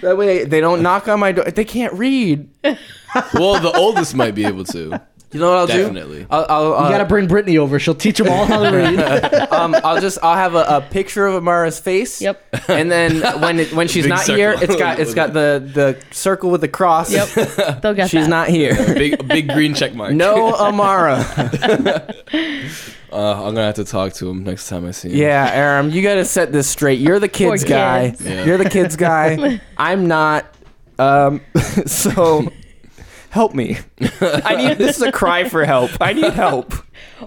S1: that way they don't knock on my door. They can't read.
S5: well, the oldest might be able to.
S1: You know what I'll
S5: Definitely.
S1: do? I'll, I'll,
S3: you
S1: uh,
S3: gotta bring Brittany over. She'll teach them all how to read.
S1: um, I'll just I'll have a, a picture of Amara's face.
S4: Yep.
S1: And then when it, when she's
S5: Big
S1: not
S5: circle.
S1: here, it's got it's got the the circle with the cross.
S4: yep, they'll get
S1: She's
S4: that.
S1: not here.
S5: Big, a big green check mark.
S1: No Amara.
S5: Uh, I'm gonna have to talk to him next time I see him.
S1: Yeah, Aram, you gotta set this straight. You're the kids
S4: Poor
S1: guy.
S4: kids.
S5: Yeah.
S1: You're the kids guy. I'm not. Um, so help me. I need this is a cry for help. I need help.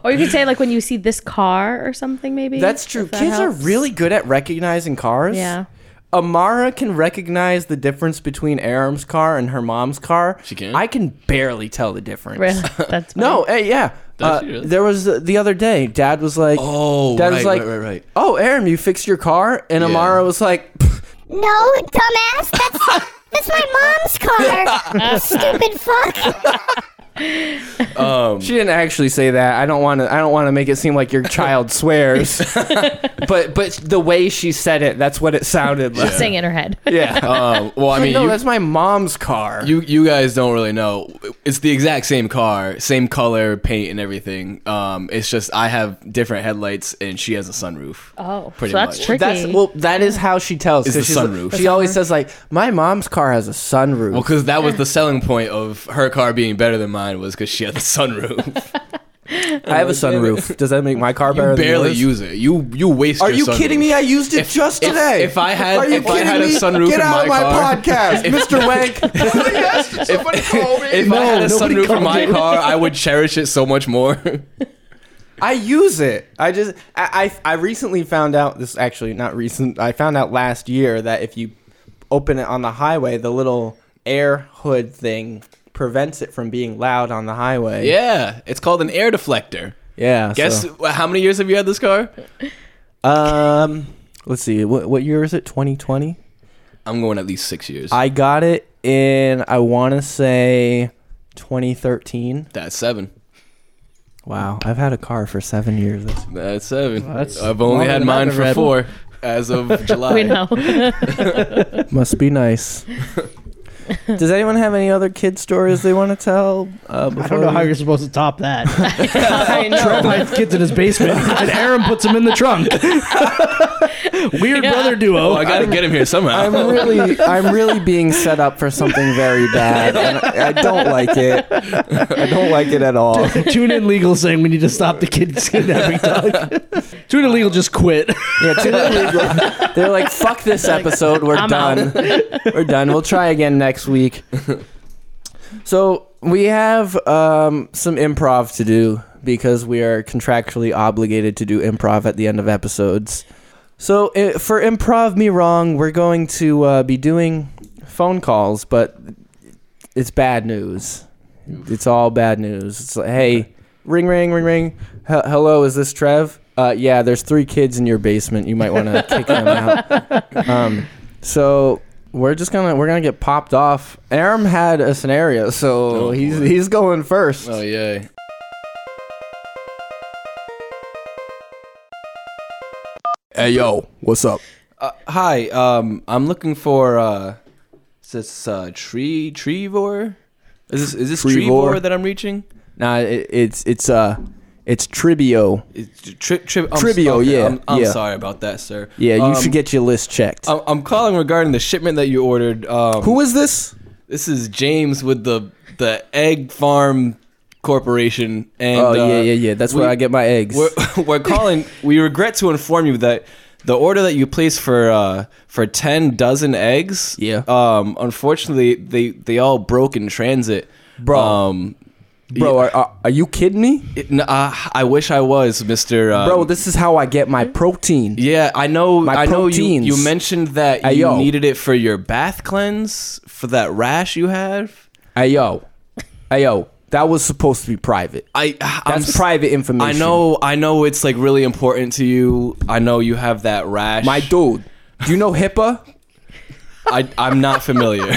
S4: Or you could say like when you see this car or something, maybe.
S1: That's true.
S4: if that
S1: kids are
S4: helps.
S1: really good at recognizing cars.
S4: Yeah.
S1: Amara can recognize the difference between Aram's car and her mom's car.
S5: She can?
S1: I can barely tell the difference.
S4: Really? That's
S1: No, eh, yeah. Uh,
S5: she really?
S1: There was uh, the other day. Dad was like,
S5: Oh,
S1: Dad
S5: right,
S1: was like,
S5: right, right, right.
S1: Oh, Aram, you fixed your car, and Amara was like, "Pff,
S7: No, dumbass. That's that's my mom's car. Stupid fuck.
S1: She didn't actually say that. I don't want to. I don't want to make it seem like your child swears. but but the way she said it, that's what it sounded like.
S4: Sing in her head.
S1: Yeah.
S5: Um, well, I mean,
S1: no,
S5: you,
S1: that's my mom's car.
S5: you you guys don't really know. It's the exact same car, same color, paint, and everything. Um, it's just I have different headlights, and she has a sunroof.
S4: Oh,
S5: Pretty
S4: so that's
S5: much.
S4: tricky.
S1: that's well. That is how she tells.
S5: It's
S1: 'cause
S5: the
S1: she's like-
S5: sunroof.
S1: She always says like, "My mom's car has a sunroof."
S5: Well, because that was the selling point of her car being better than mine was because she had the sunroof.
S1: I have a sunroof. Does that make my car better?
S5: you barely
S1: than yours?
S5: use it. You you waste.
S1: Are
S5: your
S1: you
S5: sunroof.
S1: kidding me? I used it
S5: If-
S1: just
S5: if-
S1: today.
S5: if I had-
S1: Are you
S5: if I had
S1: kidding
S5: a
S1: me?
S5: sunroof
S1: Get
S5: in
S1: out of
S5: my
S1: my
S5: car.
S1: podcast, Mr. Wank.
S5: Somebody call me. If I had a sunroof in my car, I would cherish it so much more.
S1: I use it. I just I, I I recently found out this actually not recent. I found out last year that if you open it on the highway, the little air hood thing prevents it from being loud on the highway.
S5: yeah, it's called an air deflector.
S1: Yeah.
S5: Guess
S1: so-
S5: how many years have you had this car?
S1: um let's see. What what year is it? 2020?
S5: I'm going at least six years.
S1: I got it in I want to say 2013.
S5: That's seven.
S1: Wow, I've had a car for 7 years. That's
S5: That's seven.
S3: that's
S5: I've only
S3: longer
S5: had
S3: than
S5: mine
S3: I've
S5: for
S3: ever had
S5: four as of July.
S4: we know.
S1: Must be nice. Does anyone have any other kid stories they want to tell? Uh,
S3: I don't know how you're supposed to top that. Trev hides kids in his basement, and Aaron puts him in the trunk. Weird
S4: Yeah.
S3: brother
S5: Oh,
S3: duo.
S5: I gotta get him here somehow.
S1: I'm really, I'm really being set up for something very bad, and I, I don't like it. I don't like it at all.
S3: Tune in legal saying we need to stop the kids kidnapping dog. Tune in legal just quit.
S1: Yeah, too illegal. They're like, "Fuck this episode. We're
S4: I'm out."
S1: done. We're done. We'll try again next week." So we have um, some improv to do because we are contractually obligated to do improv at the end of episodes. So i for improv me wrong, we're going to uh, be doing phone calls, but it's bad news. It's all bad news. It's like, hey, ring, ring, ring, ring. H- hello, is this Trev? Uh, yeah, there's three kids in your basement. You might want to kick them out. Um, so we're just gonna we're gonna get popped off. Aram had a scenario, so
S5: Oh,
S1: he's
S5: boy.
S1: he's going first.
S5: oh yeah. Hey yo, what's up? Uh, hi, um, I'm looking for uh, is this uh, tree Trevor? Is this is this
S1: Trevor?
S5: Trevor, that I'm reaching?
S1: Nah, it, it's it's uh it's Tribio.
S5: It's tri- tri- I'm,
S1: Trivio,
S5: okay,
S1: yeah,
S5: I'm, I'm
S1: yeah.
S5: sorry about that, sir.
S1: Yeah, you
S5: Um,
S1: should get your list checked.
S5: I'm, I'm calling regarding the shipment that you ordered. Um,
S1: Who is this?
S5: This is James with the the egg farm corporation. And
S1: oh yeah,
S5: uh,
S1: yeah, yeah. That's
S5: we-
S1: where I get my eggs.
S5: We're, we're calling. We regret to inform you that the order that you placed for uh, for ten dozen eggs.
S1: Yeah.
S5: Um. Unfortunately, they they all broke in transit.
S1: Bro.
S5: Um.
S1: Bro, are, are, are you kidding me?
S5: It, n- uh, I wish I was, Mister. Uh,
S1: Bro, this is how I get my protein.
S5: Yeah, I know.
S1: My
S5: I know you.
S1: proteins.
S5: You mentioned that
S1: Hey,
S5: you
S1: yo.
S5: needed it for your bath cleanse for that rash you have.
S1: Hey yo, hey yo, that was supposed to be private.
S5: I I'm
S1: That's
S5: s-
S1: private
S5: I
S1: information.
S5: know. I know it's like really important to you. I know you have that rash.
S1: my dude. Do you know HIPAA?
S5: I I'm not familiar.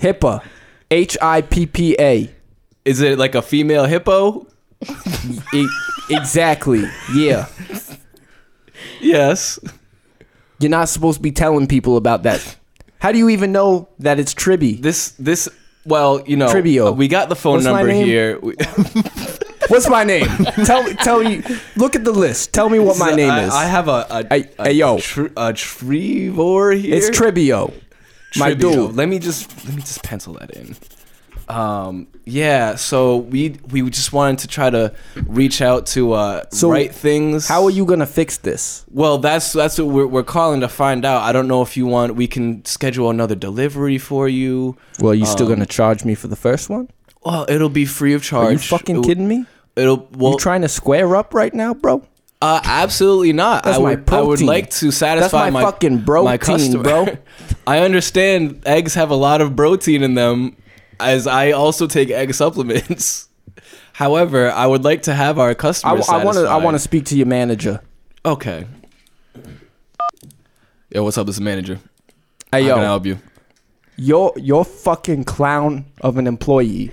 S1: HIPAA, H I P P A.
S5: Is it like a female hippo?
S1: E- Exactly. Yeah,
S5: Yes.
S1: you're not supposed to be telling people about that. How do you even know that it's Tribby?
S5: This this well, you know,
S1: Trivio.
S5: we got the phone
S1: What's my
S5: number
S1: name?
S5: here. We-
S1: What's my name? tell me. Tell you. Look at the list. Tell me what my name
S5: I,
S1: is.
S5: I have a a,
S1: Hey-
S5: a,
S1: hey, yo.
S5: tr- a Trevor here.
S1: it's Tribio. My
S5: Trivio.
S1: dude.
S5: Let me just let me just pencil that in. Um yeah, so we we just wanted to try to reach out to uh
S1: So,
S5: right things.
S1: How are you gonna fix this?
S5: Well, that's that's what we're, we're calling to find out. I don't know if you want we can schedule another delivery for you.
S1: Well, you
S5: Um,
S1: still gonna charge me for the first one?
S5: Well, it'll be free of charge.
S1: Are you fucking
S5: It'll-
S1: kidding me?
S5: It'll well,
S1: you trying to square up right now, bro?
S5: Uh, absolutely not.
S1: That's
S5: I
S1: my
S5: would, I would
S1: protein.
S5: like to satisfy
S1: That's my fucking protein,
S5: my customer.
S1: bro.
S5: I understand eggs have a lot of protein in them, as I also take egg supplements. However, I would like to have our
S1: I
S5: customers.
S1: want to. I
S5: satisfied.
S1: want to speak to your manager.
S5: Okay. Yo, what's up? This is manager.
S1: Hey
S5: How can I
S1: yo,
S5: help you?
S1: your your fucking clown of an employee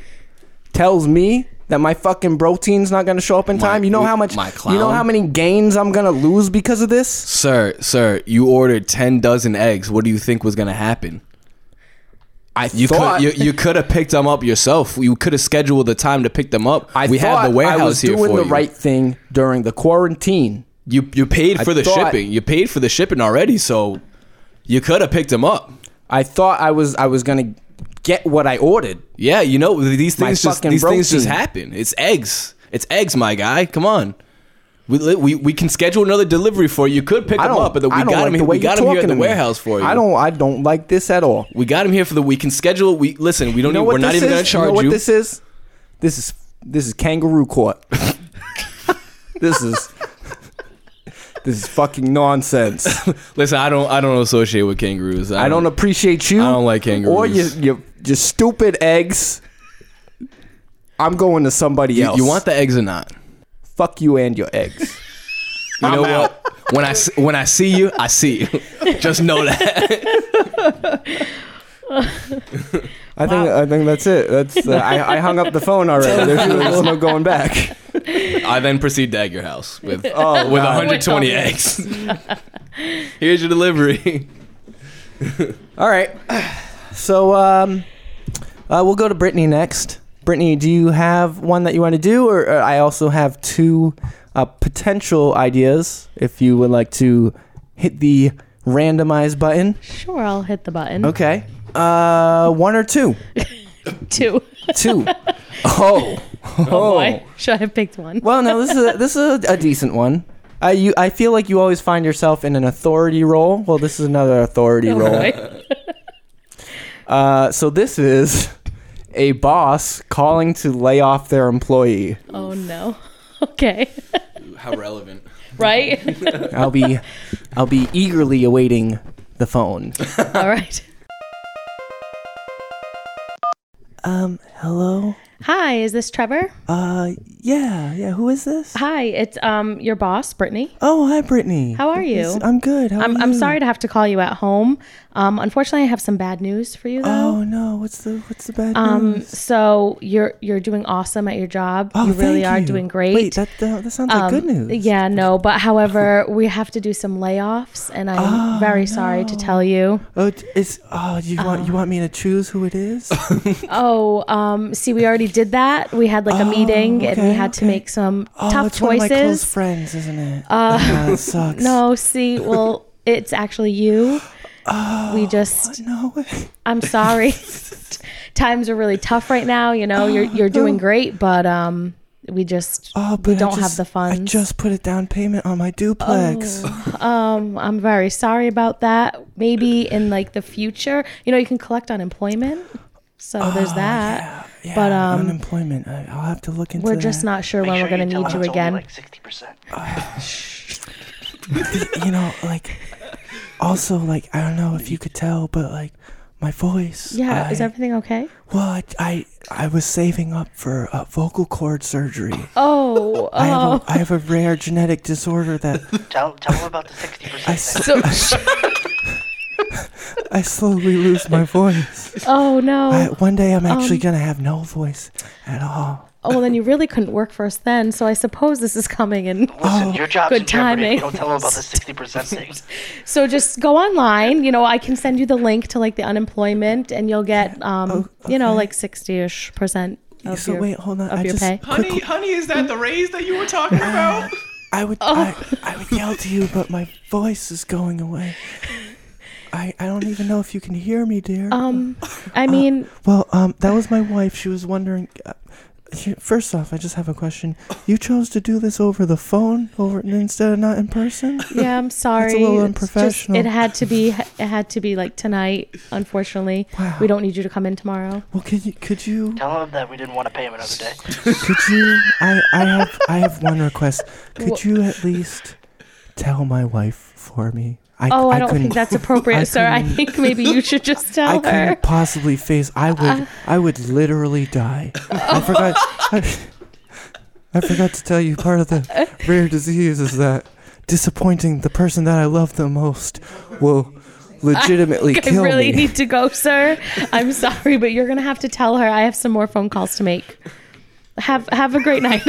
S6: tells me that my fucking protein's not gonna show up in
S5: My-
S6: time, you know how much
S5: my
S6: you know
S5: clown?
S6: how many gains I'm gonna lose because of this?
S5: Sir, sir, you ordered ten dozen eggs. What do you think was gonna happen?
S6: I
S5: You
S6: thought
S5: could you, you could have picked them up yourself. You could have scheduled the time to pick them up.
S6: I
S5: we
S6: thought
S5: have the warehouse
S6: I was
S5: here
S6: doing
S5: for
S6: the
S5: you.
S6: right thing during the quarantine.
S5: You you paid
S6: I
S5: for the
S6: thought-
S5: shipping. You paid for the shipping already, so you could have picked them up.
S6: I thought I was I was gonna get what I ordered.
S5: Yeah, you know these
S6: My
S5: things just
S6: fucking
S5: these things just
S6: protein.
S5: happen. It's eggs. It's eggs, my guy. Come on. We, li- we, we can schedule another delivery for you. You could pick
S6: I
S5: them
S6: don't.
S5: up, but we
S6: I
S5: got
S6: don't like
S5: them.
S6: the
S5: here.
S6: way
S5: we got them
S6: you're
S5: here
S6: talking
S5: at the
S6: to me.
S5: warehouse for you.
S6: I don't. I don't like this at all.
S5: We got them here for the. We can schedule. We listen. We don't.
S6: You know
S5: need, we're
S6: what
S5: not
S6: this
S5: even gonna
S6: is? You know
S5: charge
S6: what
S5: you.
S6: this is? This is this is kangaroo court. this is this is fucking nonsense.
S5: Listen, I don't. I don't associate with kangaroos. Um,
S6: I don't appreciate you.
S5: I don't like kangaroos.
S6: Or your your your stupid eggs. I'm going to somebody
S5: You,
S6: else.
S5: you want the eggs or not?
S6: fuck you and your eggs.
S5: You know what? When I s- when I see you, I see you. Just know that.
S6: I think I think that's it. That's uh, I, I hung up the phone already. There's, there's no going back.
S5: I then proceed to egg your house with
S6: Oh,
S5: with
S6: wow.
S5: 120 eggs. Here's your delivery.
S6: All right. So um, uh, we'll go to Brittany next. Brittany, do you have one that you want to do, or, or I also have two uh, potential ideas if you would like to hit the randomize button.
S4: Sure, I'll hit the button.
S6: Okay. Uh, one or two.
S4: Two.
S6: Two. Oh. Oh.
S4: Boy, should I have picked one?
S6: Well, no, this is a, this is a, a decent one. I you I feel like you always find yourself in an authority role. Well, this is another authority
S4: Oh,
S6: role.
S4: boy.
S6: Uh, so this is a boss calling to lay off their employee.
S4: Oh no. Okay.
S5: How relevant.
S4: Right?
S6: I'll be I'll be eagerly awaiting the phone.
S4: All right.
S6: Um, hello.
S4: Hi, is this Trevor?
S6: Uh, yeah, yeah. Who is this?
S4: Hi, it's um your boss, Brittany.
S6: Oh, hi, Brittany.
S4: How are you?
S6: It's- I'm good. How
S4: I'm,
S6: are
S4: I'm
S6: you?
S4: sorry to have to call you at home. Um, unfortunately, I have some bad news for you though.
S6: Oh no, what's the what's the bad
S4: um,
S6: news?
S4: so you're you're doing awesome at your job.
S6: Oh,
S4: you really
S6: thank
S4: are
S6: you.
S4: doing great.
S6: Wait, that that, that sounds like good
S4: Um,
S6: news.
S4: Yeah, no, but however, we have to do some layoffs, and I'm very sorry to tell you.
S6: Oh, t- it's oh, you want
S4: Uh,
S6: you want me to choose who it is?
S4: Oh, um, see, we already did that. We had like a meeting, and we
S6: Oh, okay,
S4: had to
S6: okay.
S4: make some
S6: Oh,
S4: tough
S6: it's one of my close
S4: choices.
S6: friends, isn't it? Uh, it sucks.
S4: No, see, well, it's actually you.
S6: Oh,
S4: we just,
S6: no way.
S4: I'm sorry. Times are really tough right now. You know, you're you're doing great, but um, we just
S6: Oh, but
S4: we
S6: I
S4: don't have
S6: just-
S4: the funds.
S6: I just put a down payment on my duplex.
S4: Um, I'm very sorry about that. Maybe in like the future, you know, you can collect unemployment. So there's that.
S6: Oh, yeah,
S4: but, um,
S6: unemployment. I, I'll have to look into.
S4: We're just
S6: that.
S4: not sure when we're gonna need you again.
S8: sixty percent.
S6: You know, like, also, like, I don't know if you could tell, but like, my voice.
S4: yeah,
S6: I,
S4: is everything okay?
S6: Well, I, I I was saving up for uh, vocal cord surgery.
S4: Oh,
S6: I, have
S4: oh.
S6: a, I have a rare genetic disorder that
S8: Tell tell them about the sixty
S6: I
S8: percent.
S6: s-
S4: So,
S6: I slowly lose my voice.
S4: oh Um,
S6: I,
S4: no.
S6: one day I'm actually gonna have no voice at all.
S4: Oh, well, then you really couldn't work for us then. So I suppose this is coming in.
S8: Listen, your job's
S4: good
S8: in jeopardy. if
S4: timing.
S8: you Don't tell them about the sixty percent thing.
S4: So just go online. You know, I can send you the link to like the unemployment, and you'll get, um, you know, like sixty-ish percent of
S6: Oh, So
S4: your
S6: wait, hold on.
S4: of
S6: I
S4: your
S6: just
S4: pay.
S6: honey,
S5: honey, is that the raise that you were talking about?
S6: I would
S4: Oh.
S6: I, I would yell to you, but my voice is going away. I, I don't even know if you can hear me, dear.
S4: Um, I mean,
S6: well, um, that was my wife. She was wondering. Uh, here- first off, I just have a question. You chose to do this over the phone, over instead of not in person.
S4: Yeah, I'm sorry.
S6: little
S4: It's just-
S6: unprofessional.
S4: it had to be. It had to be like tonight. Unfortunately, we don't need you to come in tomorrow.
S6: Well, could you could you
S8: Tell them that we didn't want to pay him another day.
S6: could you? I I have I have one request. Could
S4: Wha-
S6: you at least tell my wife for me? I,
S4: Oh, I, don't
S6: couldn't-
S4: think that's appropriate,
S6: I
S4: sir. I
S6: couldn't-
S4: think maybe you should just
S6: I
S4: tell her. Uh,
S6: couldn't possibly face. I would. I would literally die.
S4: oh.
S6: I forgot. I, I forgot to tell you. Part of the rare disease is that disappointing the person that I love the most will legitimately
S4: I
S6: kill
S4: really
S6: me.
S4: need to go, sir. I'm sorry, but you're gonna have to tell her I have some more phone calls to make. Have have a great night.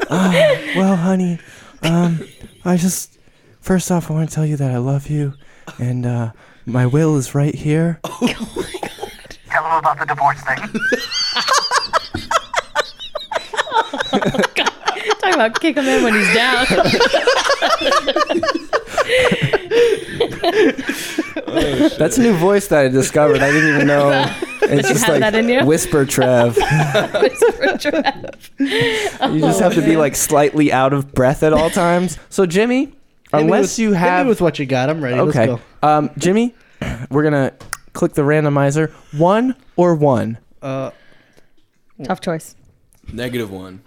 S1: Well, honey, um, I just first off I want to tell you that I love you, and uh, my will is right here.
S8: Tell him about the divorce thing.
S4: Talking about kick him in when he's down.
S6: That's a new voice that I discovered. I didn't even know. It's just
S4: have
S6: like
S4: that in you?
S6: whisper, Trev. You just have to
S4: Oh,
S6: be like slightly out of breath at all times. So Jimmy,
S3: Oh, Hit me
S6: unless
S3: with-
S6: you
S3: hit me
S6: have
S3: with what you got, I'm ready. Let's
S6: okay,
S3: go.
S6: um, Jimmy, we're gonna click the randomizer. One or one.
S3: Uh,
S4: Tough choice.
S5: Negative one.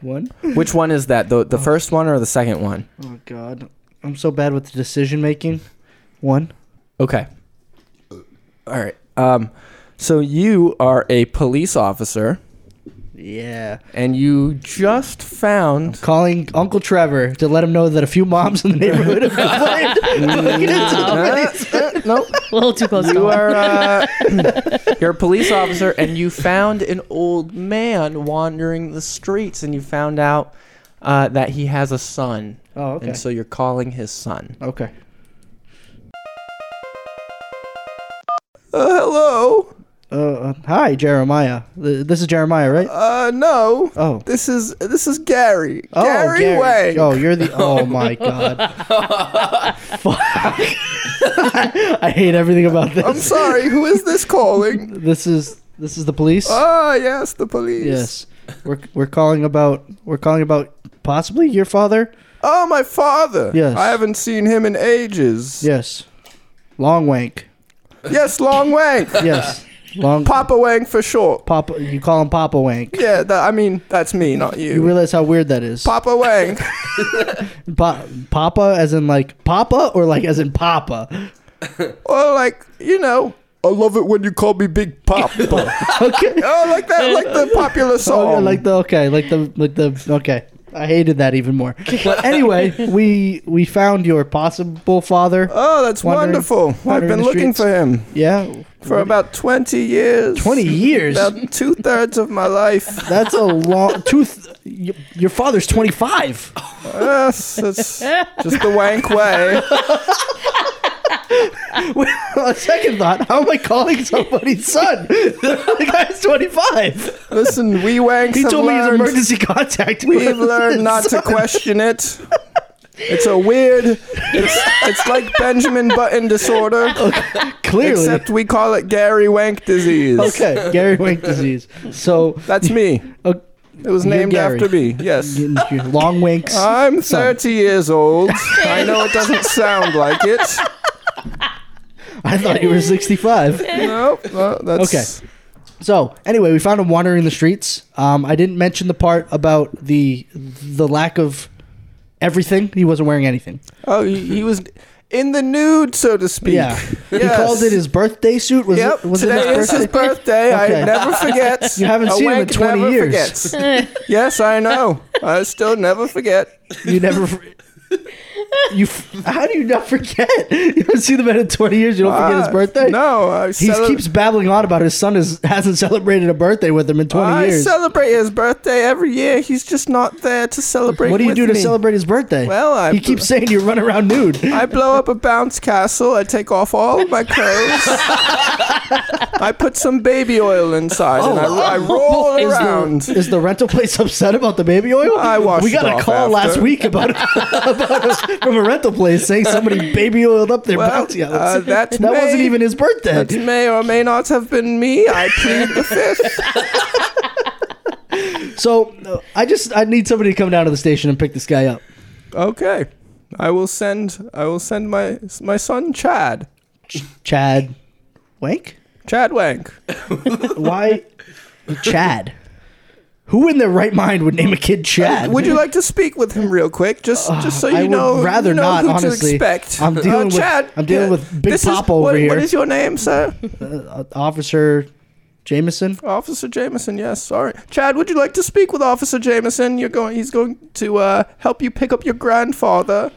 S3: one.
S6: Which one is that? The the first one or the second one?
S3: Oh God, I'm so bad with the decision making. One.
S6: Okay. All right. Um, so you are a police officer,
S3: Yeah.
S6: and you just found
S3: Calling Uncle Trevor to let him know that a few moms in the neighborhood have complained. Fucking it's a police-
S6: nope.
S4: A little too close to
S6: You
S4: home.
S6: are uh, you're a police officer, and you found an old man wandering the streets, and you found out uh, that he has a son,
S3: Oh, okay.
S6: and so you're calling his son.
S3: okay.
S6: Uh, hello.
S3: Uh, uh, hi, Jeremiah. Th- This is Jeremiah, right?
S6: Uh, no.
S3: Oh.
S6: This is this is Gary.
S3: Oh, Oh, you're the. Oh my God. Fuck. I hate everything about this.
S6: sorry. Who is this calling?
S3: This is this is the police.
S6: Ah, yes, the police.
S3: Yes, we're we're calling about we're calling about possibly your father.
S6: Oh, my father.
S3: Yes. I
S6: haven't seen him in ages.
S3: Yes, long wank.
S6: Yes, Long Wang.
S3: Yes, long
S6: Papa Wang for short.
S3: Papa. You call him Papa Wank.
S6: Yeah, that, I mean, that's me, not
S3: You realize how weird that is.
S6: Papa Wang.
S3: Pa- Papa, as in like Papa, or like as in Papa.
S6: or like, you know, I love it when you call me Big Pop.
S3: Okay.
S6: oh, like that, like the popular
S3: Oh,
S6: song.
S3: yeah, like the okay, like the like the okay. I hated that even more. But anyway, we we found your possible father.
S6: oh, that's
S3: Wandering-
S6: wonderful. I've
S3: wandering
S6: been
S3: the
S6: looking
S3: streets.
S6: for him
S3: Yeah,
S6: for about 20 years.
S3: twenty years.
S6: About two thirds of my life.
S3: That's a long. Two. Th- y- your father's twenty five.
S6: Yes, it's just the wank way.
S3: On second thought, how am I calling somebody's son? the guy's 25.
S6: Listen, we wanks
S3: He
S6: have
S3: told me he's
S6: learned-
S3: emergency contact.
S6: We've learned not to question it. It's a weird. It's, it's like Benjamin Button disorder,
S3: Clearly.
S6: except we call it Gary Wank disease.
S3: okay, Gary Wink disease. So,
S6: That's me.
S3: uh,
S6: It was
S3: You're
S6: named
S3: Gary.
S6: after me. Yes.
S3: you- you- long winks.
S6: I'm 30 years old. I know it doesn't sound like it.
S3: I thought you were 65.
S6: No, no that's
S3: Okay. So, anyway, we found him wandering the streets. Um, I didn't mention the part about the the lack of everything. He wasn't wearing anything.
S6: Oh, he, he was in the nude, so to speak.
S3: Yeah. He
S6: Yes.
S3: called it his birthday suit. Was
S6: Yep,
S3: it, was it
S6: today
S3: his
S6: is his
S3: birthday?
S6: birthday.
S3: Okay.
S6: I never forget.
S3: You haven't
S6: A
S3: seen him in
S6: wank
S3: 20
S6: never
S3: years.
S6: forgets. yes, I know. I still never forget.
S3: You never. For- you f- how do you not forget? You haven't seen the man in twenty years. You don't forget his
S6: Ah,
S3: birthday.
S6: No, I
S3: he
S6: cele-
S3: keeps babbling on about his son is, hasn't celebrated a birthday with him in twenty
S6: I
S3: years.
S6: celebrate his birthday every year. He's just not there to celebrate.
S3: What do you
S6: with
S3: do to
S6: me.
S3: celebrate his birthday?
S6: Well, I-
S3: he keeps saying you run around nude.
S6: I blow up a bounce castle. I take off all of my clothes. I put some baby oil inside and I, I roll
S3: Oh. Is
S6: around.
S3: the, is the rental place upset about the baby oil?
S6: I washed
S3: We got
S6: it
S3: a
S6: off
S3: call last
S6: after.
S3: week about, about us from a rental place saying somebody baby oiled up their
S6: Well,
S3: bounty outlets.
S6: uh, that
S3: that wasn't
S6: may-
S3: even his birthday.
S6: That may or may not have been me. I plead the fifth.
S3: So uh, I just I need somebody to come down to the station and pick this guy up.
S6: Okay, I will send. I will send my my son Chad.
S3: Chad Wank?
S6: Chad Wank.
S3: Why Chad? Who in their right mind would name a kid Chad?
S6: Would you like to speak with him real quick, just just so you
S3: Uh, I would
S6: know?
S3: rather
S6: you know
S3: not,
S6: who
S3: honestly.
S6: To expect. Uh,
S3: I'm dealing with- I'm dealing with Big
S6: this is-
S3: Papa over
S6: what-
S3: here.
S6: What is your name, sir?
S3: Uh, Officer Jameson?
S6: Officer Jameson. Yes, sorry, Chad. Would you like to speak with Officer Jameson? You're going. He's going to uh, help you pick up your grandfather.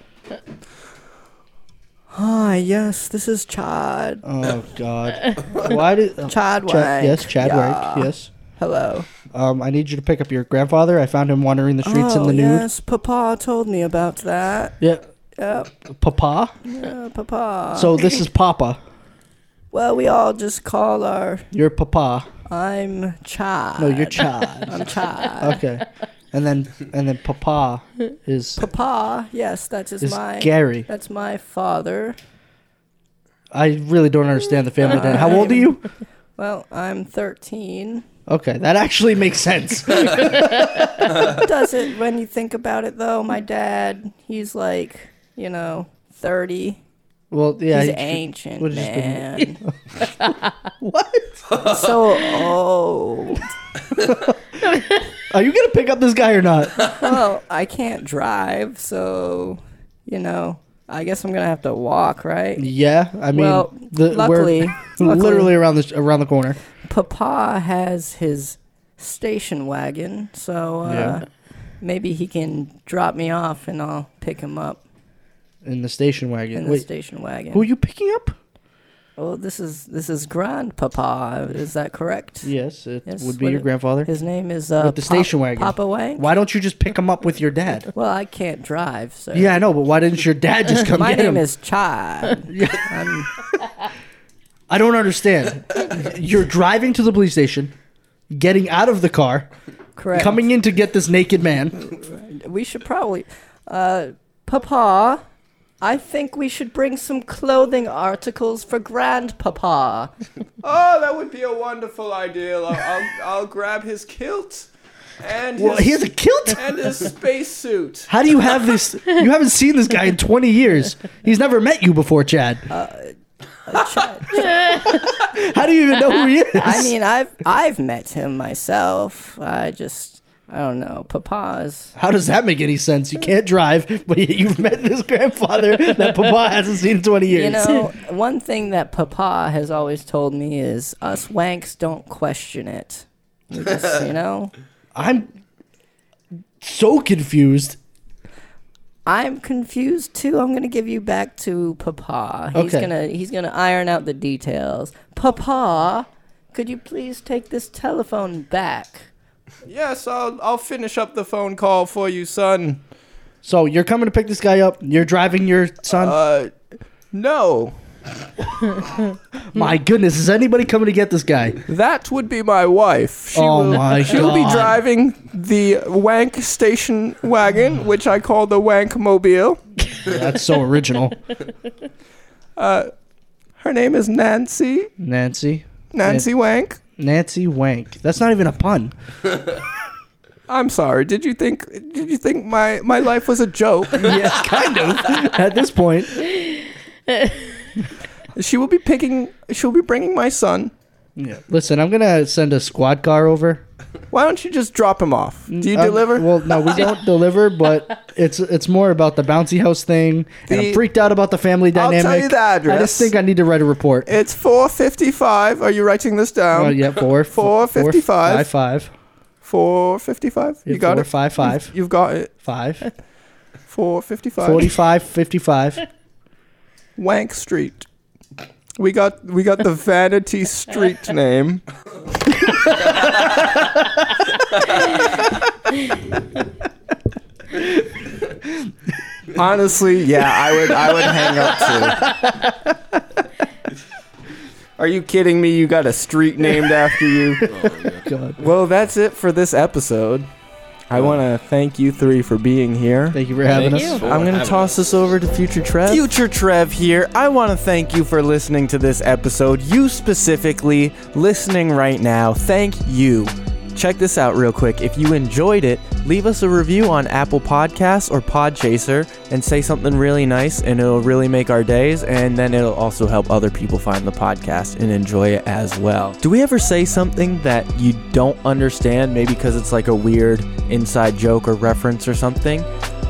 S9: Hi, yes, this is Chad.
S3: Oh God. Why did oh,
S9: Chad Wank.
S3: Chad, yes, Chad
S9: yeah.
S3: Wank, Yes.
S9: Hello.
S3: Um, I need you to pick up your grandfather. I found him wandering the streets
S9: oh,
S3: in the nude.
S9: yes, Papa told me about that. Yep.
S3: Yeah. Papa.
S9: Yeah, Papa.
S3: So this is Papa.
S9: well, we all just call her.
S3: You're Papa.
S9: I'm Chad.
S3: No, you're Chad.
S9: I'm Chad.
S3: Okay. And then and then Papa is
S9: Papa. Yes, that is,
S3: is
S9: my.
S3: Gary.
S9: That's my father.
S3: I really don't understand the family dynamic. How old are you?
S9: Well, I'm 13.
S3: Okay, that actually makes sense.
S9: Does it when you think about it though? My dad, he's like, you know, 30.
S3: Well, yeah.
S9: He's
S3: you should-
S9: ancient,
S3: would've just been-
S9: man. what? So old.
S3: Are you gonna pick up this guy or not?
S9: Well, I can't drive, so you know, I guess I'm gonna have to walk, right?
S3: Yeah, I mean,
S9: Well,
S3: the,
S9: luckily-
S3: we're
S9: luckily-
S3: literally around the around the corner.
S9: Papa has his station wagon, so uh,
S3: Yeah.
S9: maybe he can drop me off, and I'll pick him up
S3: in the station wagon.
S9: in the
S3: Wait,
S9: station wagon.
S3: who are you picking up?
S9: Well, Oh, this is this is Grandpapa. Is that correct?
S3: Yes, it
S9: Yes,
S3: would be
S9: what
S3: your
S9: it-
S3: grandfather.
S9: His name is uh,
S3: With the station wagon.
S9: Papa Wang.
S3: Why don't you just pick him up with your dad?
S9: Well, I can't drive, so
S3: yeah, I know, but why didn't your dad just come
S9: My
S3: get
S9: name
S3: him?
S9: is Chad. I'm-
S3: I don't understand. You're driving to the police station, getting out of the car,
S9: correct.
S3: coming in to get this naked man.
S9: We should probably, uh, Papa. I think we should bring some clothing articles for Grandpapa.
S1: Oh, that would be a wonderful idea. I'll, I'll, I'll grab his kilt and his,
S3: Well, he has a kilt.
S1: and his spacesuit.
S3: How do you have this? You haven't seen this guy in 20 years. He's never met you before, Chad.
S9: Uh, Chad,
S3: How do you even know who he is?
S9: I mean, I've I've met him myself. I just I don't know. Papa's
S3: How does that make any sense? You can't drive, but yet you've met this grandfather that Papa hasn't seen in 20 years.
S9: You know, one thing that Papa has always told me is us wanks don't question it. We just, you know,
S3: I'm so confused.
S9: I'm confused too. I'm gonna give you back to Papa. He's
S3: Okay.
S9: gonna he's gonna iron out the details. Papa, could you please take this telephone back?
S1: Yes, I'll, I'll finish up the phone call for you, son.
S3: So you're coming to pick this guy up. You're driving your son.
S1: Uh, no, hmm.
S3: My goodness, is anybody coming to get this guy?
S1: that would be my wife. She
S3: Oh
S1: will,
S3: my
S1: She'll be
S3: God.
S1: driving the Wank station wagon, which I call the Wank Mobile.
S3: That's so original.
S1: Her name is Nancy.
S3: Nancy.
S1: Nancy Wank.
S3: Nancy Wank. That's not even a pun.
S1: I'm sorry. Did you think did you think my, my life was a joke?
S3: Yeah, kind of. At this point,
S1: she will be picking. She'll be bringing my son.
S3: listen, I'm gonna send a squad car over.
S1: Why don't you just drop him off? Do you
S3: Um,
S1: deliver?
S3: Well, no, we don't deliver, but it's it's more about the bouncy house thing, and I'm
S1: The-
S3: freaked out about the family
S1: I'll
S3: dynamic.
S1: tell you the
S3: I just
S1: address.
S3: think I need to write a report.
S1: it's four fifty five. Are you writing this down?
S3: oh yeah, four
S1: um, Four fifty
S3: five
S1: five.
S3: five.
S1: Four fifty five. You got
S3: four,
S1: it.
S3: Five five
S1: You've got it.
S3: five
S1: Four fifty
S3: forty
S1: five.
S3: five fifty five.
S1: Wank Street. We got we got the Vanity Street name. Honestly, yeah, I would I would hang up too. Are you kidding me? You got a street named after you?
S3: Oh, God.
S1: Well, that's it for this episode. I want to thank you three for being here.
S3: Thank you for having
S5: Thank
S3: us.
S5: you for
S6: I'm going to
S5: having
S6: toss
S5: us.
S6: this over to Future Trev. Future Trev here. I want to thank you for listening to this episode. You specifically listening right now. Thank you. Check this out real quick. If you enjoyed it, leave us a review on Apple Podcasts or Podchaser and say something really nice, and it'll really make our days. And then it'll also help other people find the podcast and enjoy it as well. Do we ever say something that you don't understand, maybe because it's like a weird inside joke or reference or something?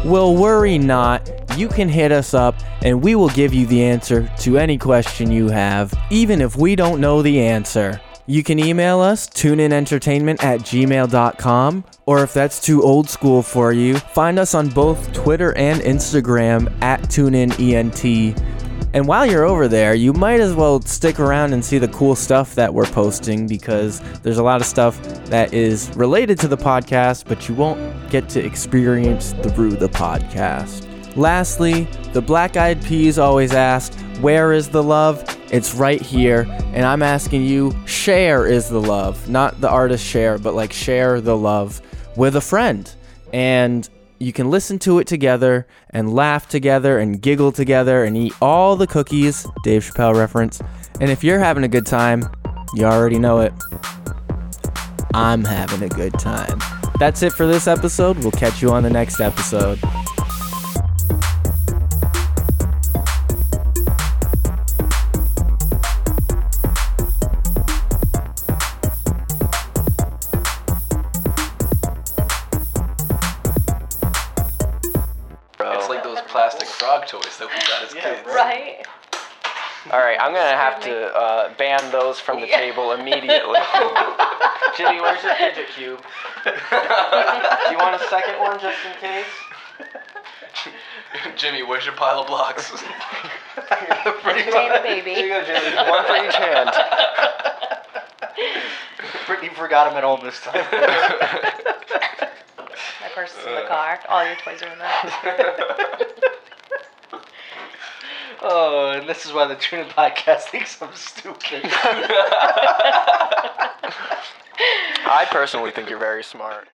S6: Well, worry not. You can hit us up and we will give you the answer to any question you have, even if we don't know the answer. You can email us, tuneinentertainment at gmail.com, or if that's too old school for you, find us on both Twitter and Instagram at tuneinent. And while you're over there, you might as well stick around and see the cool stuff that we're posting because there's a lot of stuff that is related to the podcast, but you won't get to experience through the podcast. Lastly, the Black Eyed Peas always asked, Where is the love? It's right here. And I'm asking you, share is the love. Not the artist share, but like share the love with a friend. And you can listen to it together and laugh together and giggle together and eat all the cookies, Dave Chappelle reference. And if you're having a good time, you already know it. I'm having a good time. That's it for this episode. We'll catch you on the next episode.
S5: It's like those plastic frog toys that we got as kids.
S4: Right.
S8: All right, I'm gonna have to uh, ban those from the table immediately. Jenny, where's your fidget cube? Do you want a second one just in case?
S5: Jimmy, where's your pile of blocks?
S8: Here you go, Jenny. One for each hand. Brittany forgot him at home this time.
S4: My purse is in the car. All your toys are in there.
S8: Oh, and this is why the Tuna Podcast thinks I'm stupid.
S10: I personally think you're very smart.